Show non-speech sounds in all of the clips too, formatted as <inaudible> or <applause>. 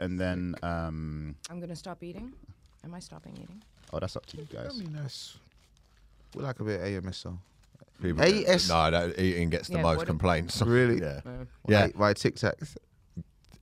and then um, I'm gonna stop eating. Am I stopping eating? oh, that's up to you I guys. mean, that's we like a bit of AMS though. People Hey, get- it's- no, no, eating gets the Yeah, most what- <laughs> complaints. Really? yeah, No. yeah. Why, why Tic Tacs?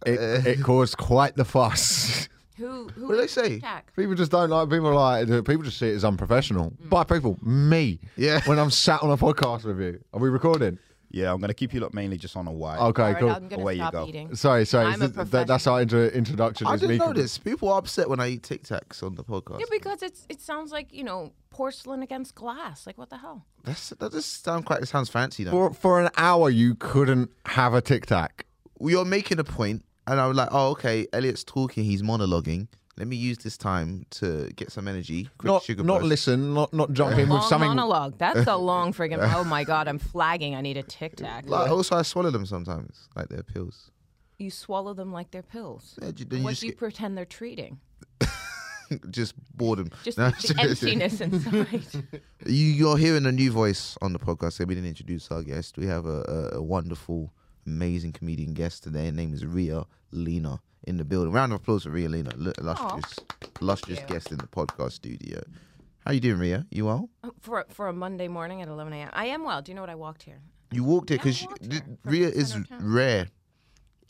It, it caused quite the fuss. Who? Who? What do they is this say? Jack? <laughs> People just don't like. People are like people just see it as unprofessional. Mm. By people, me. Yeah. When I'm sat on a podcast with you, are we recording? Yeah, I'm gonna keep you lot mainly just on a wide. Okay, Alright, cool. I'm gonna Away you stop go. eating. Sorry, sorry. I'm a Th- th- that's our intro- introduction. I is didn't me know com- this. People are upset when I eat Tic Tacs on the podcast. Yeah, because it's it sounds like you know porcelain against glass. Like what the hell? That's, that just sound quite sounds fancy though. For for an hour, you couldn't have a tic tac. Well, you're making a point, and I was like, oh okay, Elliot's talking, he's monologuing. Let me use this time to get some energy. Quick Not sugar not burst. listen. Not not jump in Long with something. monologue. That's <laughs> a long friggin' oh my god, I'm flagging. I need a tic tac. Like, also, I swallow them sometimes, like they're pills. You swallow them like they're pills. Yeah, ju- then you What just, do you pretend they're treating? get- <laughs> just boredom. Just <laughs> No, the <laughs> <laughs> emptiness inside. <laughs> You, you're hearing a new voice on the podcast. So we didn't introduce our guest. We have a, a, a wonderful, amazing comedian guest today. Her name is Ria Lena in the building. Round of applause for Ria Lena, Lu- lustrous, lustrous you. guest in the podcast studio. How you doing, Ria? You well? for for a Monday morning at 11 a.m. I am well. Do you know what I walked here? You walked here Yeah, I because walked th- here from Ria the is centre of town. rare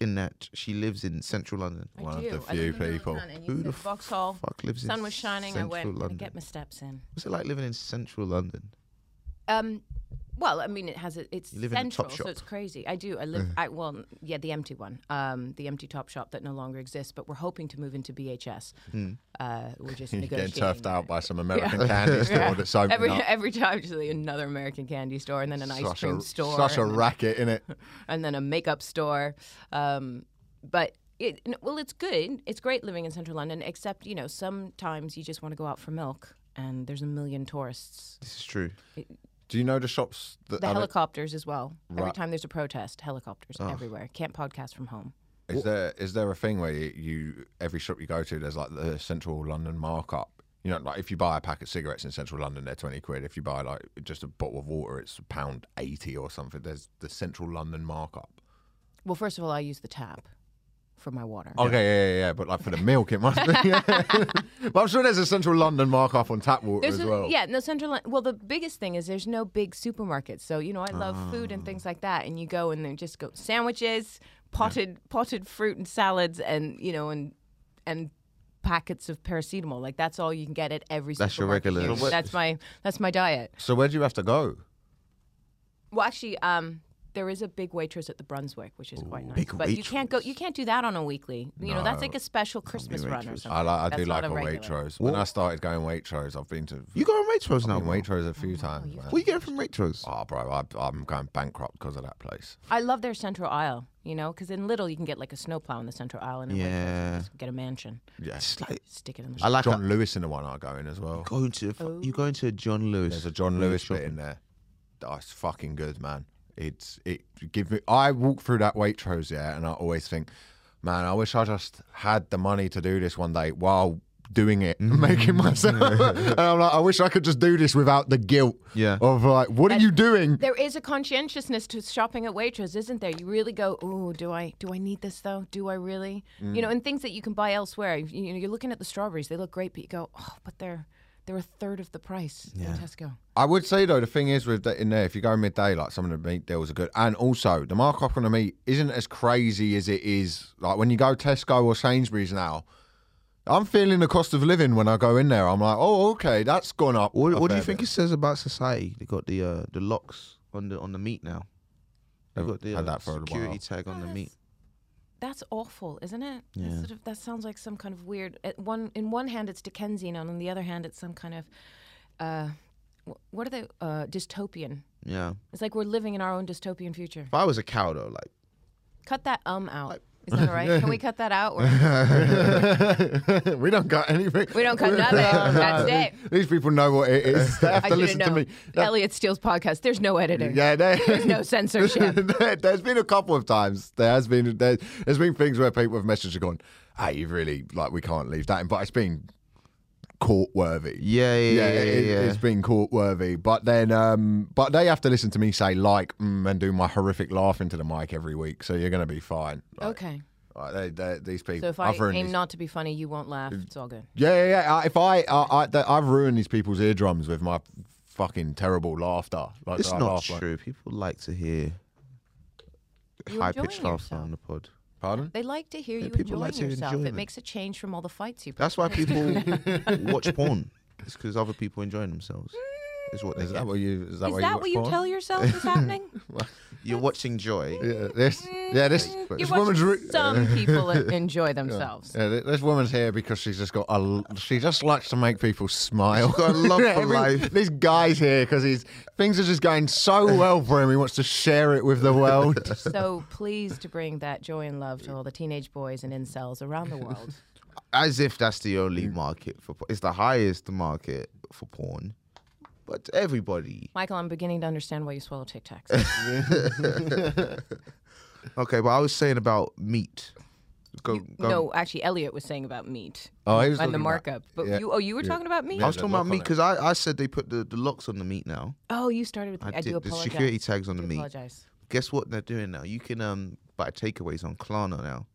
in that she lives in central London. I One of do. the I few live in people. Downtown And Who you the said Vauxhall. Fuck lives in Sun was shining. I Central went to London. get my steps in. What's it like living in central London? Um, well, I mean, it has a, it's You live in a central, Topshop. so it's crazy. I do. I live. I, well, yeah, the empty one, um, the empty top shop that no longer exists. But we're hoping to move into BHS. Uh, we're just <laughs> <laughs> You're getting negotiating. turfed out that. by some American candy store <laughs> that's opening Every up. every time, it's like another American candy store, and then an ice cream a, store, Such a and, racket, innit? <laughs> and then a makeup store. Um, but it n- well, it's good. It's great living in central London, except you know sometimes you just want to go out for milk, and there's a million tourists. This is true. Do you know the shops that The have it? helicopters as well. Every Right. time there's a protest, helicopters everywhere. Can't podcast from home. Is there is there a thing where you, you every shop you go to there's like the central London markup? You know, like if you buy a pack of cigarettes in central London, they're twenty quid. If you buy like just a bottle of water, it's a pound eighty or something. There's the central London markup. Well, first of all, I use the tap for my water. Okay, yeah, yeah, yeah. But like for the milk, it must <laughs> be. <laughs> but I'm sure there's a central London markup on tap water There's as a- well. Yeah, no central. Lon- Well, the biggest thing is there's no big supermarkets. So you know, I love food and things like that. And you go and then just go sandwiches, potted potted fruit and salads, and you know, and and packets of paracetamol. Like that's all you can get at every. That's your supermarket regulars. here. So what- That's my that's my diet. So where do you have to go? Well, actually, um, there is a big waitress at the Brunswick, which is quite nice. big But you can't go. You can't do that on a weekly. You know, that's like a special Christmas run or something. I like, I do That's like not a regular. Waitrose. When I started going Waitrose, I've been to You go on Waitrose now. been bro. Waitrose Oh, a few times. man. What are you getting from Waitrose? Oh, bro, I, I'm going bankrupt because of that place. I love their central aisle. You know, because in Little you can get like a snowplow in the central aisle, and in Waitrose you Yeah. can just get a mansion, Yes. It's like stick it in the. I like John Lewis in the one I go in as well. going to a, Oh. you going to a John Lewis. There's a John Lewis bit in there. That's fucking good, man. It's it give me. I walk through that Waitrose yeah, and I always think, man, I wish I just had the money to do this one day while doing it, and making <laughs> myself. and I'm like, I wish I could just do this without the guilt. Yeah. Of like, what are you doing? there is a conscientiousness to shopping at Waitrose, isn't there? You really go, oh, do I do I need this though? Do I really? Mm. You know, and things that you can buy elsewhere. You, you know, you're looking at the strawberries; they look great, but you go, oh, but they're they're a third of the price in Tesco. I would say though, the thing is with that in there, if you go midday, like some of the meat deals are good, and also the markup on the meat isn't as crazy as it is like when you go Tesco or Sainsbury's now. I'm feeling the cost of living when I go in there. I'm like, oh, okay, that's gone up. What, a what do fair you think bit." it says about society? They got the uh, the locks on the on the meat now. They I've got the had uh, that for a while. security tag on the meat. That's awful, isn't it? Yeah. That's sort of, that sounds like some kind of weird. At one in one hand it's Dickensian, and on the other hand it's some kind of, uh, wh- what are they? Uh, dystopian. Yeah. It's like we're living in our own dystopian future. If I was a cow though, like Cut that um out. Is that all right? Can we cut that out? Or- <laughs> we don't got anything. We don't got <laughs> nothing. That's it. These people know what it <laughs> is. They have I to should listen have to known. me. That- Elliot Steele's podcast. There's no editing. yeah, they, <laughs> There's no <laughs> censorship. there, has been a couple of times. There has been there, there's been things where people have messaged and gone, "Hey, you've really like we can't leave that in," but it's been court worthy. yeah yeah yeah yeah. it, yeah. has been court worthy. But then, um, but they have to listen to me say like mm, and do my horrific laugh into the mic every week. So you're gonna be fine. Like, okay. Like, they, they, these people. So if I I've ruined aim these- not to be funny, you won't laugh. It's all good. Yeah, yeah, yeah. Uh, If I, uh, I, th- I've ruined these people's eardrums with my fucking terrible laughter. Like, It's I not laugh like- true. People like to hear You high enjoying pitched laughter yourself. on the pod. Pardon? They like to hear Yeah, you people enjoying like to yourself. enjoy It them. makes a change from all the fights you. That's <laughs> why <laughs> people watch porn. It's because other people enjoying themselves. Is what they Is that get. what you? Is that Is what that you, what you tell yourself is happening? You're watching joy. Yeah, Uh, this, yeah, this, Mm, you this watch woman's. Re- some people enjoy themselves. yeah, thi- this woman's here because she's just got a. l- She just likes to make people smile. She's got a love for <laughs> Every- life. This guy's here because he's things are just going so well for him. He wants to share it with the world. so pleased to bring that joy and love to all the teenage boys and incels around the <laughs> world. As if that's the only market for. It's the highest market for porn. But everybody. Michael, I'm beginning to understand why you swallow Tic Tacs. Um, Okay, but I was saying about meat. Go, go- no, actually, Elliot was saying about meat <laughs> Oh, he was and the talking about- markup. but yeah. you, oh, you were talking about meat. I was the talking about lock on meat it. because I, I said they put the, the locks on the meat now. Oh, you started with. I, I, I did do the apologize. security tags on the I do meat. apologize. Guess what they're doing now? You can um buy takeaways on Klarna now.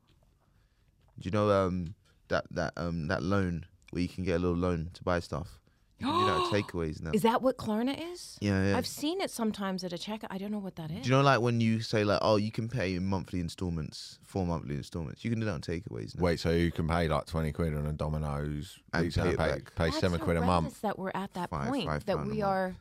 Do you know um that that um that loan where you can get a little loan to buy stuff? You can do <gasps> that at takeaways now. Is that what Klarna is? yeah, yeah. I've seen it sometimes at a checkout. I don't know what that is. do you know like when you say like oh you can pay in monthly installments, four monthly installments. You can do that on takeaways now. Wait, so you can pay like twenty quid on a Domino's And pizza pay and it pay, back. pay That's seven quid a month. horrendous That we're at that Five- point. five that pound a we month. are.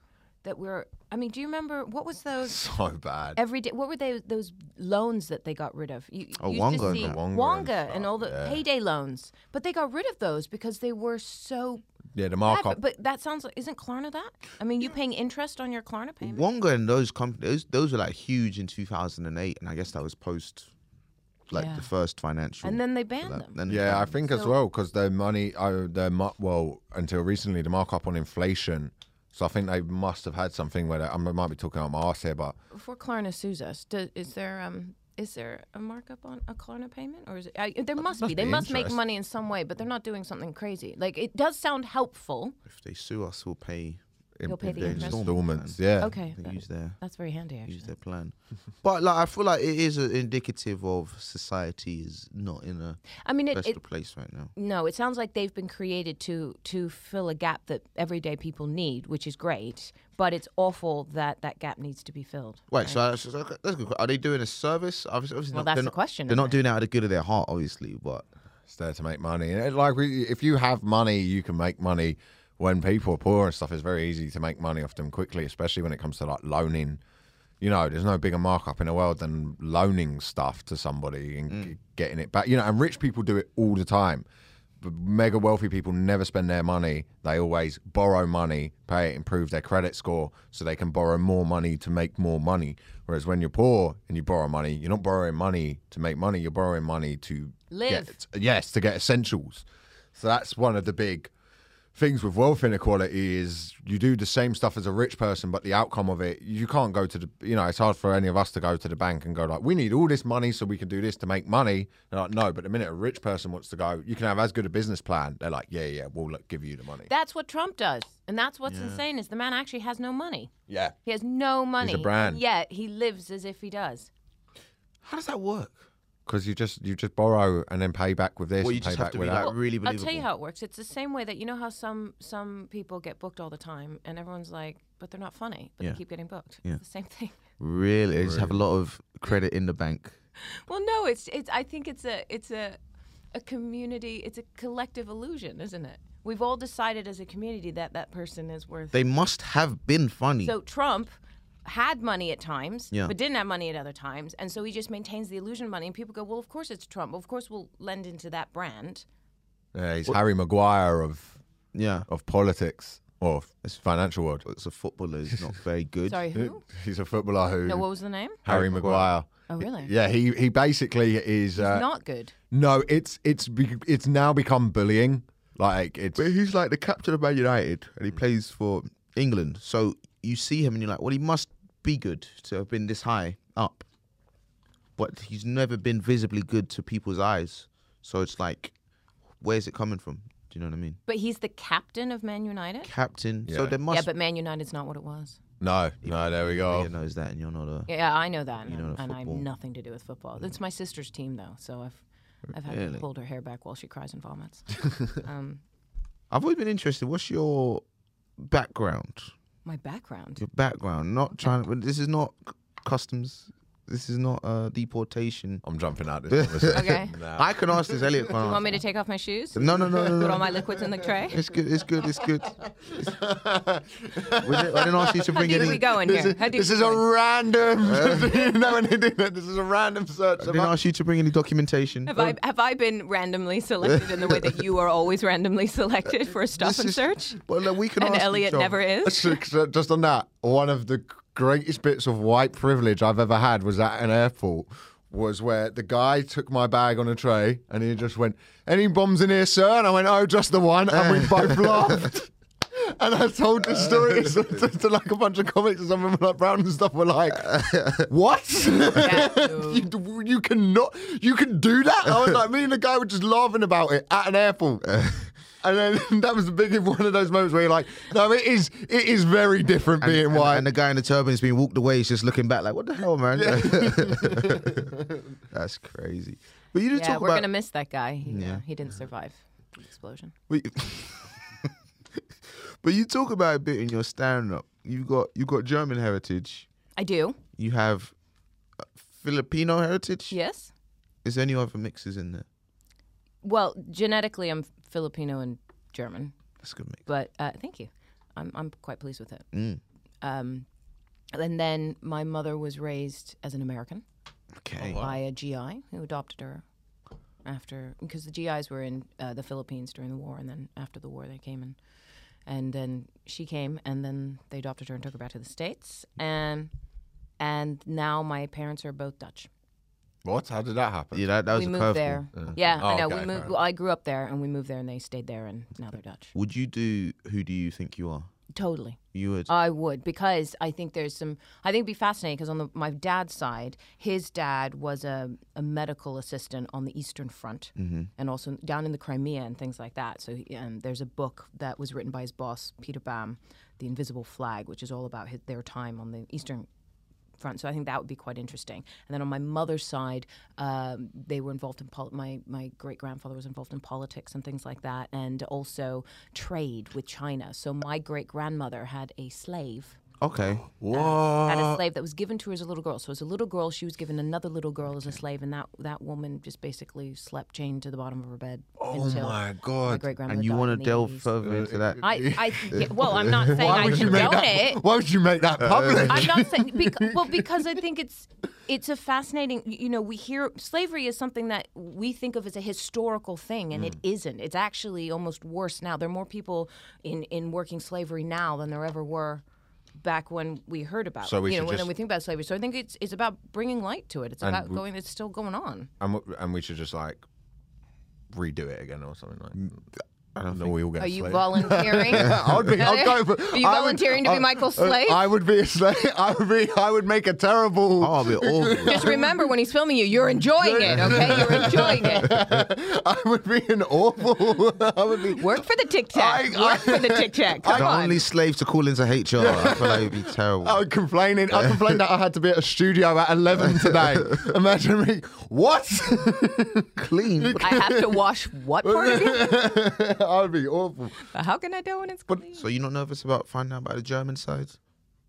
That we're. I mean, do you remember what was those? <laughs> So bad. every day. What were they? Those loans that they got rid of. You, Oh, you used Wonga to and see that. Wonga Wonga and and, stuff, all the yeah. payday loans, but they got rid of those because they were so. Yeah, the Bad. But, markup. but that sounds like isn't Klarna that? I mean, you paying interest on your Klarna payment? Wonga and those companies, those were like huge in 2008, and I guess that was post, like Yeah. the first financial. And then they banned them. then they Yeah, I banned them. think as well because their money, uh, their mar- well until recently the markup on inflation. So I think they must have had something where they, I might be talking out my arse here, but Before Klarna sues us, do, is there um is there a markup on a Klarna payment or is it? I, there must, be. They be must make interest. money in some way, but they're not doing something crazy. Like it does sound helpful. If they sue us, we'll pay. in, You'll pay the they interest. install- installments. Yeah. Okay, They that- use their that's very handy. Actually. use their <laughs> plan. but like, I feel like it is a indicative of society is not in a I mean, it, best it of place right now. No, it sounds like they've been created to to fill a gap that everyday people need, which is great. But it's awful that that gap needs to be filled. Wait, so that's, that's a good. que- Are they doing a service? Obviously, obviously Well, not, that's they're the not, question, They're isn't not doing it out of the good of their heart, obviously, but It's there to make money, and it, like we, if you have money, you can make money. When people are poor and stuff, it's very easy to make money off them quickly, especially when it comes to like loaning. You know, there's no bigger markup in the world than loaning stuff to somebody and g- getting it back. You know, and rich people do it all the time. But mega wealthy people never spend their money. They always borrow money, pay it, improve their credit score so they can borrow more money to make more money. Whereas when you're poor and you borrow money, you're not borrowing money to make money, you're borrowing money to Live. get- yes, to get essentials. So that's one of the big things with wealth inequality is you do the same stuff as a rich person, but the outcome of it, you can't go to the, you know, it's hard for any of us to go to the bank and go like, we need all this money so we can do this to make money. They're like, no, but the minute a rich person wants to go, you can have as good a business plan. They're like, yeah, yeah, we'll like, give you the money. That's what Trump does, and that's what's insane is the man actually has no money. yeah. He has no money. brand. Yet he lives as if he does. how does that work? Because you just, you just borrow and then pay back with this. Well, you and pay just back have to be with that. like really I'll believable. tell you how it works. It's the same way that you know how some some people get booked all the time, and everyone's like, but they're not funny, but Yeah. they keep getting booked. Yeah. It's the same thing. Really, they just have a lot of credit in the bank. Well, no, it's it's. I think it's a it's a a community. It's a collective illusion, isn't it? We've all decided as a community that that person is worth. They must have been funny. so Trump had money at times, Yeah. but didn't have money at other times, and so he just maintains the illusion of money. And people go, "Well, of course it's Trump. Of course we'll lend into that brand." Yeah, he's Harry Maguire of, yeah. of politics or of financial world. It's a footballer is not very good. Sorry, who? He's a footballer who, No, what was the name? Harry Maguire. Oh, really? Yeah, he, he basically is. Uh, Not good. No, it's it's be- it's now become bullying. Like it's But he's like the captain of Man United and he plays for England. So you see him and you're like, well, he must be good to have been this high up. But he's never been visibly good to people's eyes. So it's like, where's it coming from? Do you know what I mean? But he's the captain of Man United. Captain. So Yeah. there Yeah, must but Man United's not what it was. no, no. There we be go. a knows that and you're not a. Yeah, I know that, and, know and I have football. nothing to do with football. It's my sister's team, though, so I've I've had her Really? pulled her hair back while she cries and vomits. um, I've always been interested. What's your background? my background. Your background. Not trying. but This is not c- customs. This is not uh, deportation. I'm jumping out this conversation. <laughs> Okay. Nah. I can ask this, Elliot. You Can want me to take off my shoes? no, no, no, no, Put all no. my liquids in the tray? It's good. It's good. It's good. It's- We didn't- I didn't ask you to How bring deep we any. I going here? How deep This we is a going? random. <laughs> you know when they do that, this is a random search. didn't ask you to bring any documentation. Have I have I been randomly selected in the way that you are always randomly selected for a stop This and is- search? Well, look, we can And ask Elliot each other. never <laughs> is. Just on that, one of the greatest bits of white privilege I've ever had was at an airport. Was where the guy took my bag on a tray and he just went, "Any bombs in here, sir?" And I went, "Oh, just the one," and we both laughed. And I told this story <laughs> to, to- to, like a bunch of comics and some of them like Brown and stuff were like, "What? <laughs> you, you cannot, you can do that?" I was like, me and the guy were just laughing about it at an airport. And then <laughs> that was the big one of those moments where you're like, "No, it is, it is very different And, being and- white." and the guy in the turban's been walked away. He's just looking back, like, "What the hell, man?" <laughs> That's crazy. But you didn't Yeah, talk we're about. gonna miss that guy. He, uh, Yeah. he didn't survive the explosion. But you, <laughs> but you talk about a bit in your stand up. You got you got German heritage. I do. You have uh, Filipino heritage. Yes. Is there any other mixes in there? Well, genetically, I'm Filipino and German, That's a good mix. but uh, thank you. I'm I'm quite pleased with it. Mm. Um, and then my mother was raised as an American. Okay. by a GI who adopted her after because the GIs were in uh, the Philippines during the war, and then after the war they came and and then she came, and then they adopted her and took her back to the states, and and now my parents are both Dutch. what? How did that happen? Yeah, that, that we was Oh, a moved curveball. there. Yeah, I Oh, know. okay, we fair moved. enough. well, I grew up there, and we moved there, and they stayed there, and now they're Dutch. Would you do? Who do you think you are? Totally. You would. I would because I think there's some. I think it'd be fascinating because on the, my dad's side, his dad was a, a medical assistant on the Eastern Front and also down in the Crimea and things like that. So he, um, there's a book that was written by his boss Peter Bam, "The Invisible Flag," which is all about his, their time on the Eastern front. So I think that would be quite interesting. And then on my mother's side, um, they were involved in pol- my my great grandfather was involved in politics and things like that, and also trade with China. So my great grandmother had a slave. okay. Had Uh. a slave that was given to her as a little girl. So as a little girl, she was given another little girl as a slave, and that, that woman just basically slept chained to the bottom of her bed. Oh until my My god! great grandmother. And you want want to delve further into that? I, I, yeah, well, I'm <laughs> not saying I would you condone make that? it. Why would you make that public? <laughs> I'm <laughs> not saying bec- well because I think it's it's a fascinating. You know, we hear slavery is something that we think of as a historical thing, and it Mm. isn't. It's actually almost worse now. There are more people in in working slavery now than there ever were back when we heard about. So it, we you know, should when just- we think about slavery. So I think it's it's about bringing light to it. It's about going. It's still going on. and, w- and we should just like redo it again or something like. I don't know. We all get. Are you slated. <laughs> volunteering? I'd be, I'd go for, Are you I would- volunteering to be I- Michael's uh, slave? I would be a slave. <laughs> I would be. I would make a terrible. <laughs> Oh, I'll be <laughs> awful. Just remember when he's filming you, you're enjoying it. Okay, you're enjoying <laughs> it. I would be an awful. I would be. Work for the tic tac. I- Work for the tic tac. Come the on. only slave to call into HR. I feel like it'd be <laughs> terrible. I would complaining. I complained that I had to be at a studio at eleven today. Imagine me. What? <laughs> Clean. I have to wash what part of you? I would be awful. How can I do when it's clean? <laughs> So you're not nervous about finding out about the German side?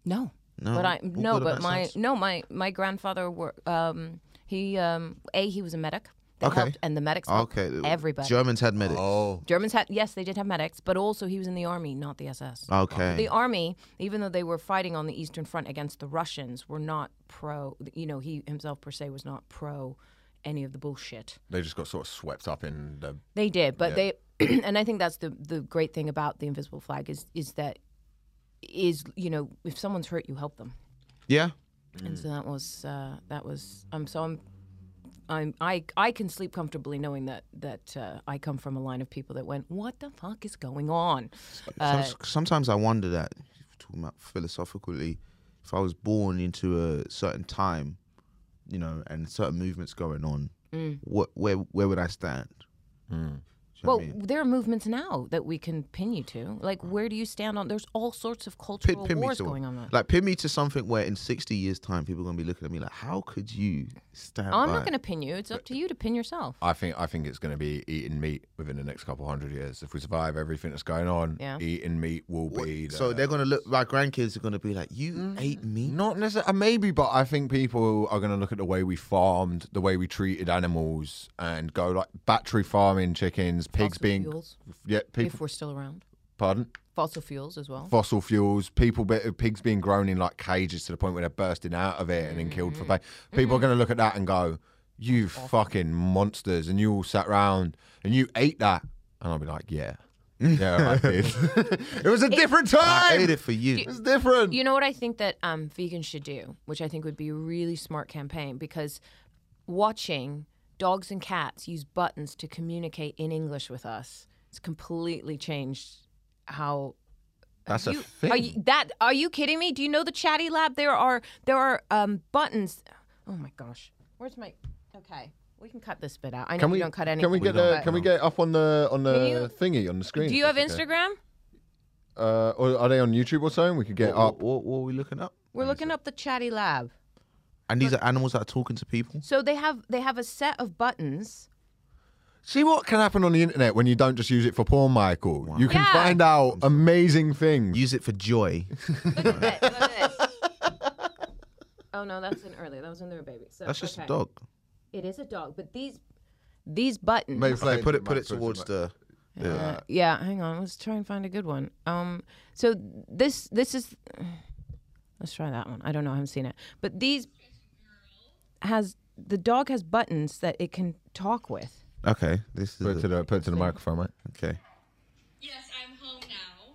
No, No. But I All no, good but about my science. no, my my grandfather were um he um a he was a medic. That Okay. helped, and the medics helped Okay. Oh, everybody. Germans had medics. Oh. Germans had yes, they did have medics, but also he was in the army, not the SS. Okay. The army, even though they were fighting on the Eastern Front against the Russians, were not pro. You know, he himself per se was not pro any of the bullshit. They just got sort of swept up in the. They did, but they <clears throat> and I think that's the the great thing about the invisible flag is is that is you know if someone's hurt you help them, yeah. and Mm. so that was uh, that was um so I'm. I'm, I I can sleep comfortably knowing that that uh, I come from a line of people that went, what the fuck is going on? Uh, Some, sometimes I wonder that talking about philosophically, if I was born into a certain time, you know, and certain movements going on, what where where would I stand? Do you know Mm. Well, what I mean? there are movements now that we can pin you to. Like, where do you stand on? There's all sorts of Pin, cultural pin me wars to going on. Now. like pin me to something where in 60 years time people are gonna be looking at me like how could you stand I'm by? not going to pin you. It's up to you to pin yourself. I think I think it's going to be eating meat within the next couple hundred years. If we survive everything that's going on, Yeah. eating meat will be. The, so they're gonna look my grandkids are gonna be like you Mm. ate me not necessarily maybe, but I think people are going to look at the way we farmed, the way we treated animals, and go like battery farming chickens, pigs Fossil being fuels, yeah, people. if we're still around, Pardon. fossil fuels as well. fossil fuels, people, be, pigs being grown in like cages to the point where they're bursting out of it and then killed Mm-hmm. for pay. People are going to look at that and go, "You fucking monsters!" And you all sat round and you ate that, and I'll be like, "Yeah, <laughs> yeah, I did. <laughs> it was a different I time. ate It it for you was different." You know what I think that um, vegans should do, which I think would be a really smart campaign because watching dogs and cats use buttons to communicate in English with us, it's completely changed how uh, That's a you, thing. Are you, that are you kidding me? Do you know the chatty lab? There are there are um, buttons. Oh my gosh, where's my? Okay, we can cut this bit out. I know can we, we don't cut anything. Can we get a, but- Can we get up on the on the the thingy on the screen? Do you have Instagram? Uh, or are they on YouTube or something? We could get what, up. what, what, what are we looking up We're looking up the chatty lab. and these are animals that are talking to people So they have they have a set of buttons. See what can happen on the internet when you don't just use it for porn, Michael. You can Yeah. find out amazing things. use it for joy Look at this. Look at this. oh no, that's an earlier. That was when they were babies. So, that's just okay. a dog It is a dog, but these these buttons. Maybe okay, say- put it put it Might- towards the yeah. Uh, yeah, hang on. Let's try and find a good one. Um, so this this is. Let's try that one. I don't know. I haven't seen it. But these has the dog has buttons that it can talk with. okay this Put it is to the, the put it to the microphone, mate. okay Yes, I'm home now.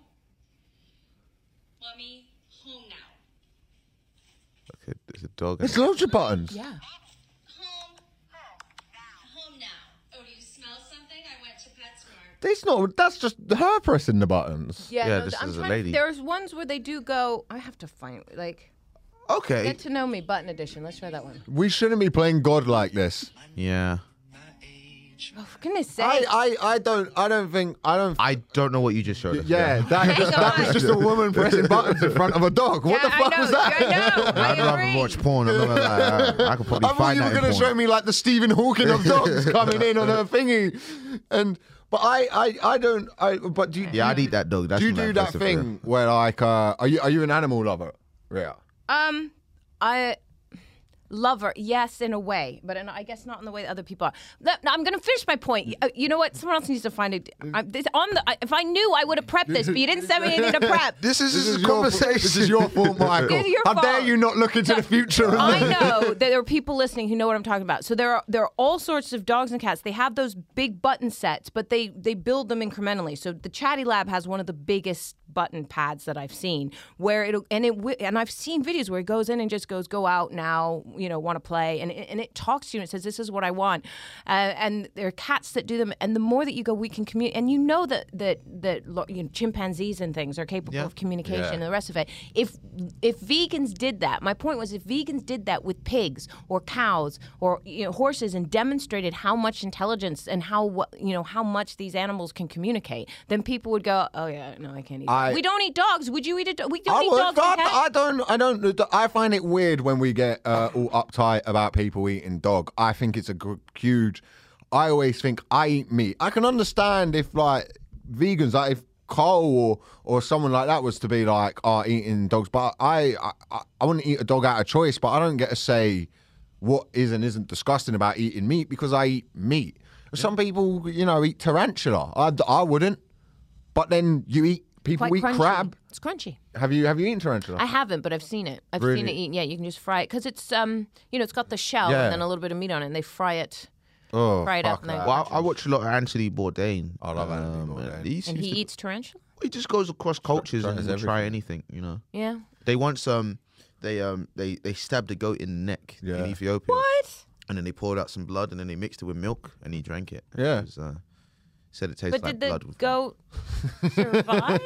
Mommy, home now. okay there's a dog There's loads of buttons. Yeah. Home. Home now. Oh, do you smell something? I went to PetSmart. That's not. That's just her pressing the buttons. Yeah. Yeah, no, this I'm is a trying to- lady. There's ones where they do go. I have to find like okay get to know me button edition. Let's try that one. We shouldn't be playing God like this. yeah Oh, for goodness sake. I, I, I don't I don't think I don't. I don't know what you just showed us yeah, <laughs> <laughs> that, Hang that was on. just a woman pressing buttons in front of a dog. What yeah, the fuck I know. was that? <laughs> I know. I I'd rather agree. watch porn. I'm not gonna <laughs> lie. I, I could probably I thought find you were that. in going to porn. show me like the Stephen Hawking of <laughs> dogs coming in on her thingy, and but I, I, I don't. I but do you, Yeah, I'd eat that dog. That's do you not do that impressive, yeah. thing where like uh, are you are you an animal lover? Yeah. Um, I love her. Yes, in a way, but in, I guess not in the way that other people are. Look, no, I'm going to finish my point. Y- uh, You know what? Someone else needs to find it. Mm. I, this, on the, I, if I knew, I would have prepped this, but you didn't send me any to prep. This is just a your fault- conversation. <laughs> This is your <laughs> fault, Michael. This is your How dare fault. you not look into the <laughs> future? and I know that there are people listening who know what I'm talking about. So there are there are all sorts of dogs and cats. They have those big button sets, but they they build them incrementally. So the Chatty Lab has one of the biggest button pads that I've seen, where it will and it wi- and I've seen videos where it goes in and just goes go out now, you know, want to play, and it, and it talks to you and it says this is what I want, uh, and there are cats that do them. And the more that you go, we can communicate, and you know that that that lo- you know, chimpanzees and things are capable of communication Yeah. and the rest of it. If if vegans did that, my point was if vegans did that with pigs or cows or you know, horses and demonstrated how much intelligence and how wha- you know how much these animals can communicate, then people would go, oh yeah, no, I can't eat. that." I- we don't eat dogs. Would you eat a dog? We don't I, eat would- dogs. and I, cats. I don't. I don't. I find it weird when we get uh, all uptight about people eating dog. I think it's a gr- huge. I always think I eat meat. I can understand if like vegans, like if Cole or or someone like that was to be like, "Are eating dogs," but I, I- I I wouldn't eat a dog out of choice. But I don't get to say what is and isn't disgusting about eating meat because I eat meat. Some people, you know, eat tarantula. I, I wouldn't. But then you eat people Quite eat crunchy. crab. It's crunchy. Have you have you eaten tarantula? I haven't, but I've seen it. I've seen Really? it eaten. Yeah, you can just fry it because it's um, you know, it's got the shell Yeah. and then a little bit of meat on it, and they fry it. Oh, Fried up fuck now. that. Well, I, I watch a lot of Anthony Bourdain. I love Anthony Bourdain. He, And seems he to- eats tarantula. he just goes across cultures and tries will try anything. You know, Yeah. they once um they um they they stabbed a goat in the neck Yeah. in Ethiopia, What? and then they poured out some blood and then they mixed it with milk and he drank it. Yeah. It was, uh, said it tastes But like did the blood. With goat survive?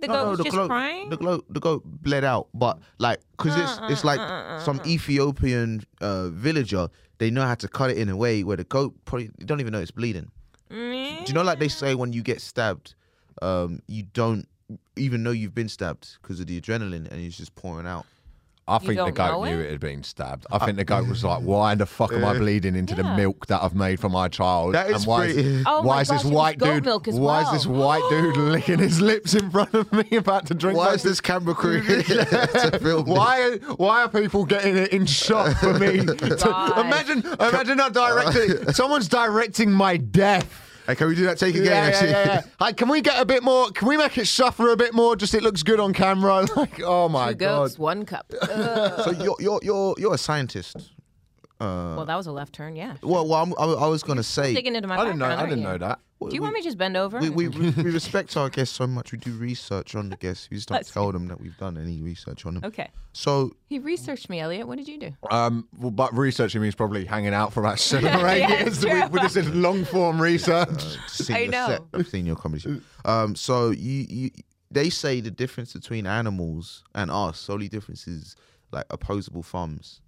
The goat was the just goat, crying. Uh-uh, The goat, the goat bled out, but like, cause it's it's like some Ethiopian uh, villager. They know how to cut it in a way where the goat probably they don't even know it's bleeding. Do you know, like they say, when you get stabbed, um, you don't even know you've been stabbed because of the adrenaline, and it's just pouring out. I think the don't know goat knew it? it had been stabbed. I think the goat was like, "Why in the fuck am I bleeding into the Yeah. milk that I've made for my child? That is and why pretty- is, <laughs> Oh why my is gosh, this it was white goat dude? milk as why is well. this white <gasps> dude licking his lips in front of me about to drink? Why my is this camera <laughs> crew here to film this? Why why are people getting it in shot for me? to, God. imagine imagine I directed someone's directing my death. Hey, can we do that take again? actually? <laughs> Like, can we get a bit more? Can we make it suffer a bit more? Just it looks good on camera. <laughs> Like, oh my Two goats, god. Uh, one cup. Ugh. so you're you're you're you're a scientist. Oh, well, that was a left turn. Yeah, Well, well I'm, I, I was gonna say digging into my. I didn't know. background, I aren't didn't you? know that. Do you want me to just bend over? we, we, <laughs> we we respect our guests so much. We do research on the guests. We just don't Let's- tell them that we've done any research on them. okay. So He researched me, Elliot. What did you do? Um, well, but researching means probably hanging out for <laughs> about seven or eight Yeah, years. true. We, we- this is long <laughs> form research. senior know. set of senior comedy. show. Um, so you, you they say the difference between animals and us solely difference is like opposable thumbs,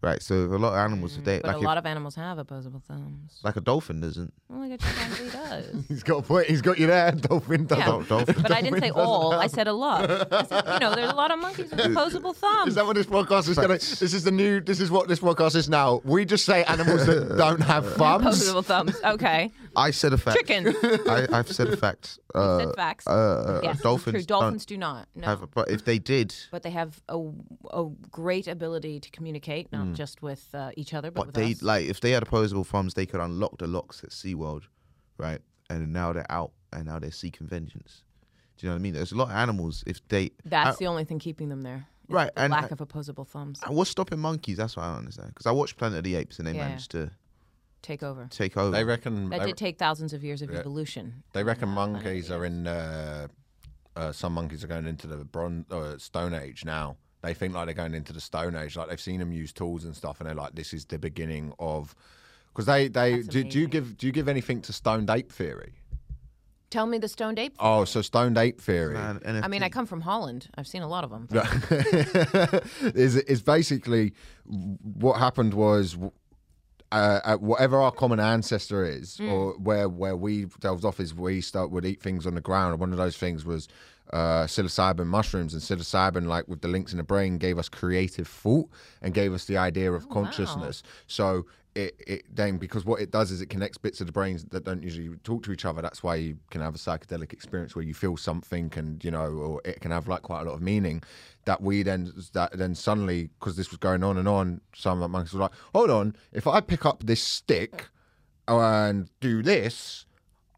right? So a lot of animals today, Mm, But like a if, lot of animals have opposable thumbs. like a dolphin doesn't. Well, like a <laughs> chimpanzee does. he's got a point. He's got you there. <laughs> Dolphin. Yeah. dolphin. Dolphin. But I <laughs> didn't say all. I said a lot. I said, you know, there's a lot of monkeys with opposable thumbs. Is that what this podcast is going to? This is the new. This is what this podcast is now. We just say <laughs> animals that don't have thumbs. Opposable thumbs. <laughs> Okay. Uh, I said a fact. Chickens. I, I've said a fact. Uh, said facts. Uh, uh, yes, dolphins. True. Dolphins do not. No. don't have, a- but if they did, but they have a, a great ability to communicate, not just with uh, each other, but, but with Mm. they us. like if they had opposable thumbs, they could unlock the locks at SeaWorld, right? And now they're out, and now they're seeking vengeance. Do you know what I mean? There's a lot of animals. If they That's I- the only thing keeping them there. is Right, The and- lack of opposable thumbs. And what's stopping monkeys? That's what I don't understand. Because I watched Planet of the Apes and they Yeah. managed to Take over. take over. reckon. That did take thousands of years of evolution. They reckon monkeys are in. Uh, uh, some monkeys are going into the bronze uh, stone age now. They think like they're going into the stone age. Like they've seen them use tools and stuff, and they're like, "This is the beginning of." Because they they do, do you give do you give anything to stoned ape theory? Tell me the stoned ape. Oh, so stoned ape theory. And- and if I mean, I come from Holland. I've seen a lot of them. <laughs> is is basically what happened was uh, uh, whatever our common ancestor is, or where where we delved off is we start would eat things on the ground. And one of those things was uh, psilocybin mushrooms, and psilocybin, like with the links in the brain, gave us creative thought and gave us the idea of consciousness. So. It, it then because what it does is it connects bits of the brains that don't usually talk to each other. That's why you can have a psychedelic experience where you feel something, and you know, or it can have like quite a lot of meaning. That we then that then suddenly because this was going on and on, some of the monks were like, "Hold on, if I pick up this stick uh, and do this,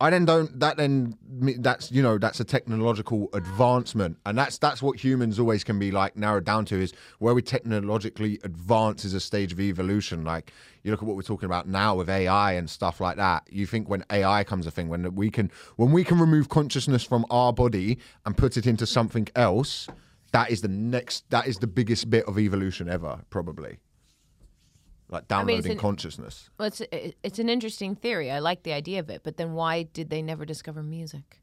I then don't that then me- that's you know that's a technological advancement, and that's that's what humans always can be like narrowed down to is where we technologically advance is a stage of evolution. Like you look at what we're talking about now with AI and stuff like that. You think when AI comes a thing, when we can when we can remove consciousness from our body and put it into something else, that is the next that is the biggest bit of evolution ever, probably. Like mean, downloading it's an- consciousness. Well, it's it- it's an interesting theory. I like the idea of it, but then why did they never discover music?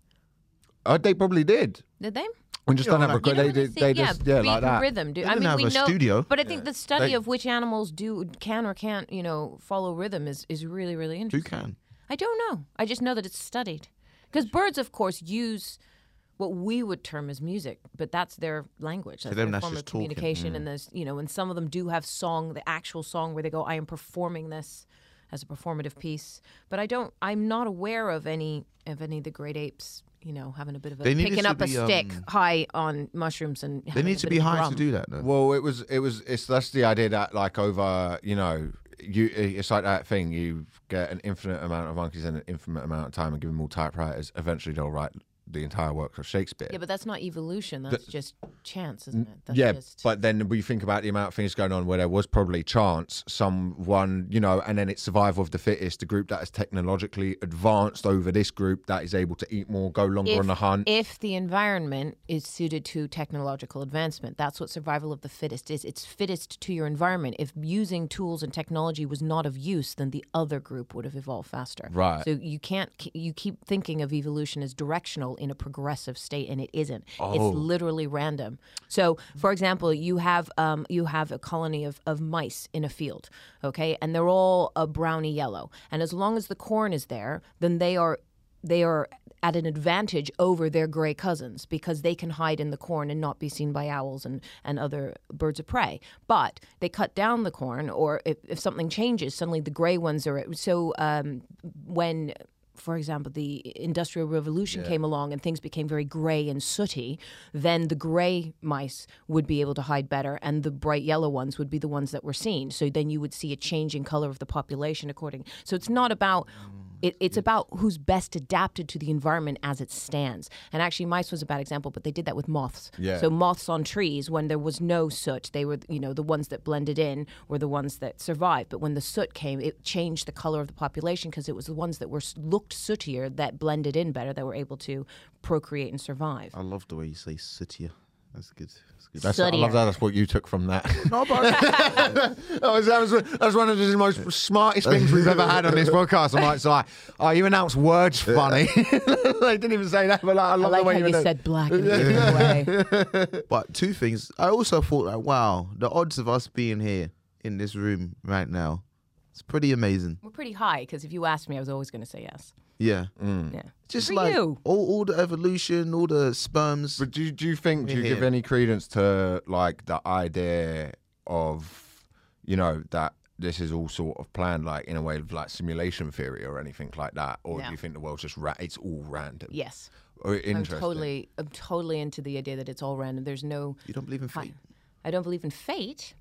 Uh, they probably did. Did they? We just don't have record. You know They, what I'm did, they saying? yeah, just yeah beat like that. Rhythm. Do They I didn't mean have we a know? studio. But I think the study They- of which animals do can or can't you know follow rhythm is is really really who interesting. can? I don't know. I just know that it's studied because birds, of course, use what we would term as music, but that's their language. That's them, their that's form just of talking. communication, and there's you know, and some of them do have song, the actual song where they go, "I am performing this." As a performative piece, but I don't. I'm not aware of any of any of the great apes. You know, having a bit of a They needed picking to up a be, stick um, high on mushrooms and They need to be high to do that, though. Well, it was it was it's that's the idea that like over you know you it's like that thing you get an infinite amount of monkeys in an infinite amount of time and give them all typewriters. Eventually, they'll write the entire works of Shakespeare. Yeah, but that's not evolution. That's just chance, isn't it? That's yeah, just, but then we think about the amount of things going on where there was probably chance, someone, you know, and then it's survival of the fittest, the group that is technologically advanced over this group that is able to eat more, go longer on the hunt. if the environment is suited to technological advancement. That's what survival of the fittest is. It's fittest to your environment. If using tools and technology was not of use, then the other group would have evolved faster. Right. So you can't you keep thinking of evolution as directional. in a progressive state, and it isn't. Oh. It's literally random. So, for example, you have um, you have a colony of, of mice in a field, okay, and they're all a browny yellow, and as long as the corn is there, then they are they are at an advantage over their gray cousins because they can hide in the corn and not be seen by owls and, and other birds of prey. But they cut down the corn, or if, if something changes, suddenly the gray ones are. So um, when, for example, the Industrial Revolution came along and things became very gray and sooty, then the gray mice would be able to hide better, and the bright yellow ones would be the ones that were seen. So then you would see a change in color of the population according. So it's not about it, it's about who's best adapted to the environment as it stands. And actually, mice was a bad example, but they did that with moths. Yeah. So moths on trees, when there was no soot, they were you know the ones that blended in were the ones that survived. But when the soot came, it changed the color of the population because it was the ones that were s- looked sootier that blended in better that were able to procreate and survive. I love the way you say sootier. That's good. That's good. <laughs> That's, I love Sootier. that. That's what you took from <laughs> that. no, but that, was, that, was, that was one of the most smartest things we've ever had on this podcast. I'm like, so like, oh, you announce words funny. they didn't even say that, but like, I I love like the way how you announced- said black <laughs> in a different way. but two things. I also thought like, wow, the odds of us being here in this room right now, it's pretty amazing. We're pretty high because if you asked me, I was always going to say yes. Yeah. Hmm. Yeah. Just For like you. all all the evolution, all the sperms. <laughs> But do you- do you think do you Yeah. give any credence to like the idea of you know that this is all sort of planned like in a way of like simulation theory or anything like that, or do No. you think the world's just ra- it's all random? Yes. Or interesting. I'm totally, I'm totally into the idea that it's all random. There's no, You don't believe in fate? I don't believe in fate.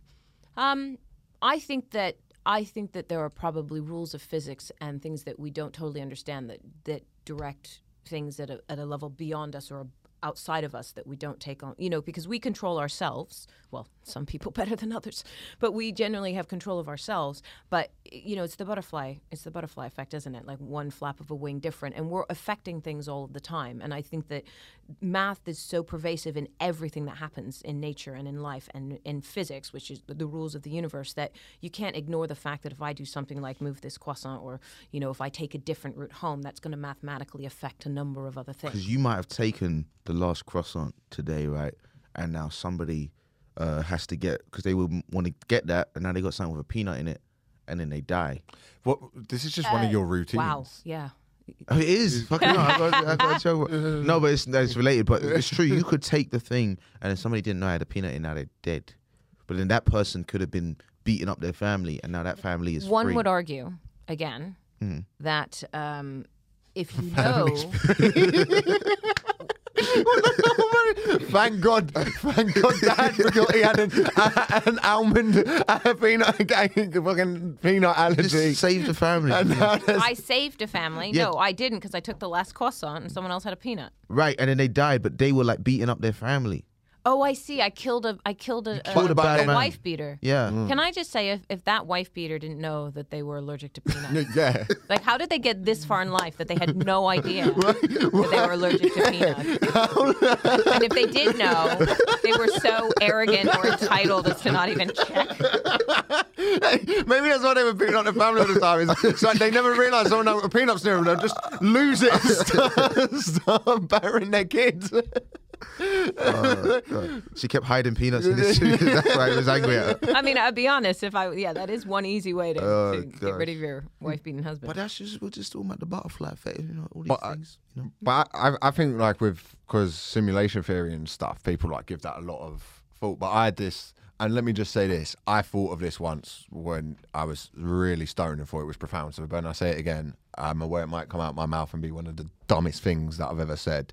Um, I think that I think that there are probably rules of physics and things that we don't totally understand that that direct things at a, at a level beyond us or outside of us that we don't take on. You know, because we control ourselves. Well, some people <laughs> better than others, but we generally have control of ourselves. But you know, it's the butterfly. It's the butterfly effect, isn't it? Like one flap of a wing different, and we're affecting things all of the time. And I think that math is so pervasive in everything that happens in nature and in life and in physics, which is the rules of the universe, that you can't ignore the fact that if I do something like move this croissant, or you know, if I take a different route home, that's going to mathematically affect a number of other things. Because you might have taken the last croissant today, right? And now somebody uh, has to get because they would want to get that, and now they got something with a peanut in it, and then they die. What this is just one of your routines. Uh, Wow. Yeah. Oh, it is fucking. no, I got, I <laughs> got in trouble. no, but it's no, it's related. But it's true. You could take the thing, and if somebody didn't know I had a peanut in, now they're dead. But then that person could have been beating up their family, and now that family is One free. Mm. would argue, again, that um, <laughs> if you know. Thank God, thank God, Dad forgot he had an, an almond, a peanut, a fucking peanut allergy. just save the <laughs> family. I saved a <laughs> family. No, I didn't because I took the last croissant and someone else had a peanut. right, and then they died, but they were like beating up their family. Oh, I see. I killed a. I killed a, a, killed a bad man. wife beater. Yeah. <laughs> Mm. Can I just say, if, if that wife beater didn't know that they were allergic to peanuts, yeah. like how did they get this far in life that they had no idea that they were allergic to peanuts? and if they did know, they were so arrogant or entitled as to not even check. <laughs> Maybe that's why they were beating on the family all the time. It's like they never realised someone had a peanut near them. They'll just lose it and start, <laughs> start burying their kids. Oh, She kept hiding peanuts in the soup. <laughs> That's why I was angry at her. I mean, I'll be honest. If I, yeah, that is one easy way to, to get gosh. rid of your wife beating husband. But uh, that's just we're just talking about the butterfly effect, you know, all these But I- things. You know. But I, I think like with because simulation theory and stuff, people like give that a lot of thought. But I had this, and let me just say this: I thought of this once when I was really stoned and thought it was profound. So when I say it again, I'm aware it might come out my mouth and be one of the dumbest things that I've ever said.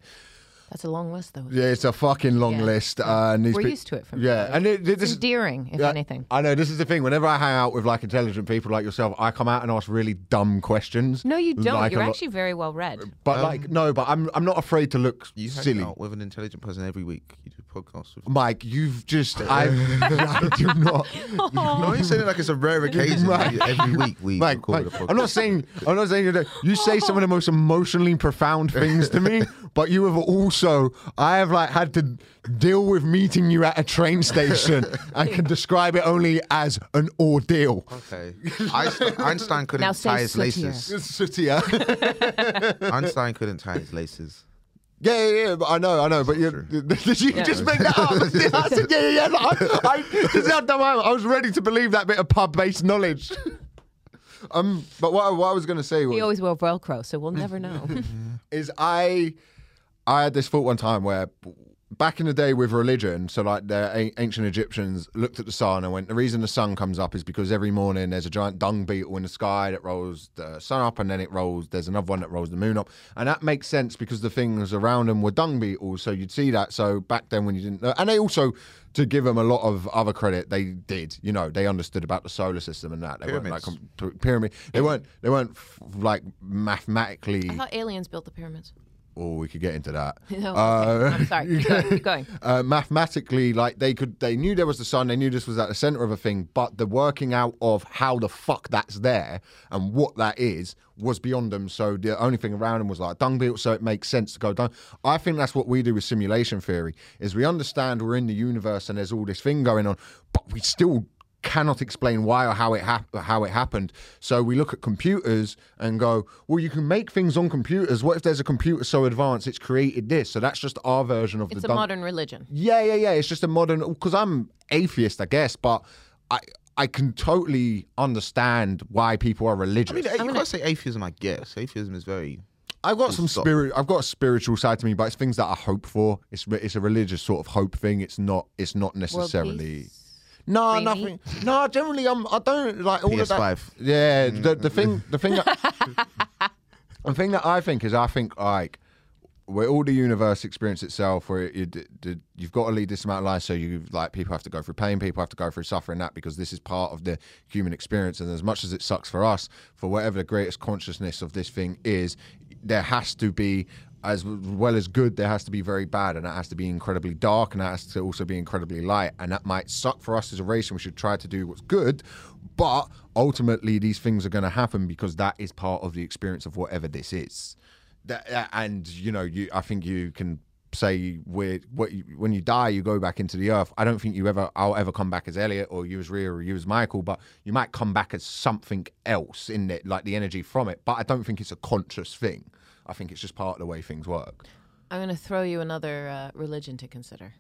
That's a long list, though. Yeah, it's a fucking long Yeah. list. Uh, and these We're pe- used to it from yeah, and it, it, It's this endearing, if Yeah, anything. I know this is the thing. Whenever I hang out with like intelligent people like yourself, I come out and ask really dumb questions. No, you don't. Like a You're lot- actually very well read. But like, no, but I'm I'm not afraid to look You hang silly. out with an intelligent person every week. You do podcasts with. Mike, you've just I, I do not. No, you saying it like it's a <laughs> rare occasion. You- Every week we Mike, record Mike, a podcast. I'm not saying I'm not saying you're the- you say some of the most emotionally profound things to me, but you have also I have like had to deal with meeting you at a train station. I can describe it only as an ordeal. Okay. Einstein, Einstein couldn't Now say tie his slit here. laces. Sootier. <laughs> Einstein couldn't tie his laces. Yeah, yeah, yeah, but I know, I know, but you, <laughs> did you just make that up? I said, yeah, yeah, yeah. like, I, I, just had that moment. I was ready to believe that bit of pub-based knowledge. um, but what, I- what I was going to say was, He always wore Velcro, so we'll never know. is I I had this thought one time where back in the day with religion, so like the a- ancient Egyptians looked at the sun and went, the reason the sun comes up is because every morning there's a giant dung beetle in the sky that rolls the sun up and then it rolls, there's another one that rolls the moon up. And that makes sense because the things around them were dung beetles, so you'd see that. So back then when you didn't know, and they also, to give them a lot of other credit, they did, you know, they understood about the solar system and that. They Pyramids. weren't like com- pyramid. They weren't, they weren't f- like mathematically. I thought aliens built the pyramids. Oh, we could get <laughs> into that. No, Oh, okay. Uh, <laughs> I'm sorry. <laughs> Keep going. Keep going. uh, mathematically, like they could, they knew there was the sun, they knew this was at the center of a thing, but the working out of how the fuck that's there and what that is was beyond them. So the only thing around them was like dung beetle, so it makes sense to go dung. I think that's what we do with simulation theory: is we understand we're in the universe and there's all this thing going on, but we still cannot explain why or how it hap- how it happened. So we look at computers and go, well, you can make things on computers. What if there's a computer so advanced it's created this? So that's just our version of It's a the dumb- modern religion. Yeah, yeah, yeah. It's just a modern because I'm atheist, I guess, but I I can totally understand why people are religious. I mean, you can't say atheism. I guess atheism is very. I've got some Stop. spirit. I've got a spiritual side to me, but it's things that I hope for. It's re- it's a religious sort of hope thing. It's not. It's not necessarily. peace? No, Free nothing. No, generally, I'm. I don't like all of that. PS5. Yeah, the Mm. the thing. The thing. That, the thing that I think is, I think like. Where all the universe experience itself, where you, d- d- you've got to lead this amount of life, so you like people have to go through pain, people have to go through suffering, that because this is part of the human experience. And as much as it sucks for us, for whatever the greatest consciousness of this thing is, there has to be as well as good, there has to be very bad, and that has to be incredibly dark, and that has to also be incredibly light, and that might suck for us as a race, and we should try to do what's good, but ultimately these things are going to happen because that is part of the experience of whatever this is. That, that- and you know, you I think you can say we're what you, when you die, you go back into the earth. I don't think you ever I'll ever come back as Elliot or you as Rhea or you as Michael, but you might come back as something else in it, like the energy from it. But I don't think it's a conscious thing. I think it's just part of the way things work. I'm going to throw you another uh, religion to consider.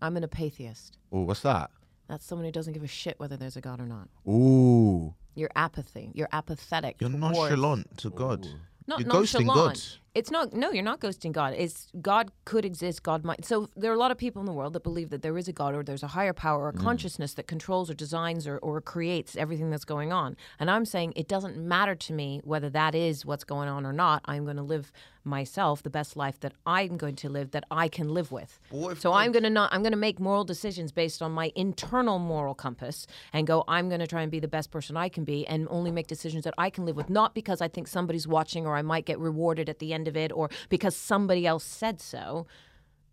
I'm an apatheist. Oh, what's that? That's someone who doesn't give a shit whether there's a God or not. Ooh. You're apathy. You're apathetic. You're towards- nonchalant to God. Not You're ghosting nonchalant. God. It's not. No, you're not ghosting God. It's God could exist. God might. So there are a lot of people in the world that believe that there is a God or there's a higher power Mm. or a consciousness that controls or designs or, or creates everything that's going on. And I'm saying it doesn't matter to me whether that is what's going on or not. I'm going to live myself the best life that I'm going to live that I can live with. so I'm going to not I'm going to make moral decisions based on my internal moral compass and go I'm going to try and be the best person I can be and only make decisions that I can live with not because I think somebody's watching or I might get rewarded at the end of it or because somebody else said so.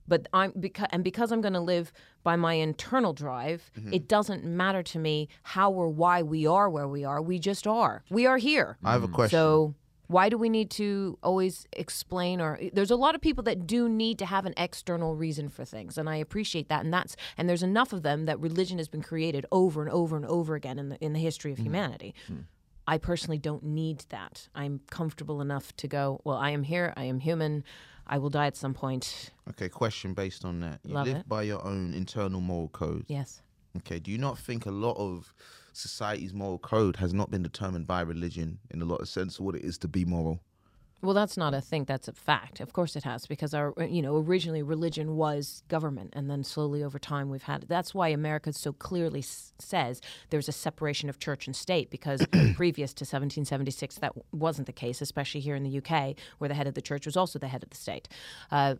But I'm because and because I'm going to live by my internal drive, Mm-hmm. it doesn't matter to me how or why we are where we are. We just are. We are here. I have a question. So why do we need to always explain or there's a lot of people that do need to have an external reason for things and I appreciate that and that's and there's enough of them that religion has been created over and over and over again in the in the history Mm-hmm. of humanity. I personally don't need that. I'm comfortable enough to go, well, I am here, I am human. I will die at some point. Okay, question based on that. You Love live it. by your own internal moral code. Yes. Okay, do you not think a lot of society's moral code has not been determined by religion in a lot of sense of what it is to be moral? Well, that's not a thing. That's a fact. Of course, it has because our, you know, originally religion was government, and then slowly over time we've had. That's why America so clearly s- says there's a separation of church and state because previous to 1776 that w- wasn't the case, especially here in the UK where the head of the church was also the head of the state. Uh,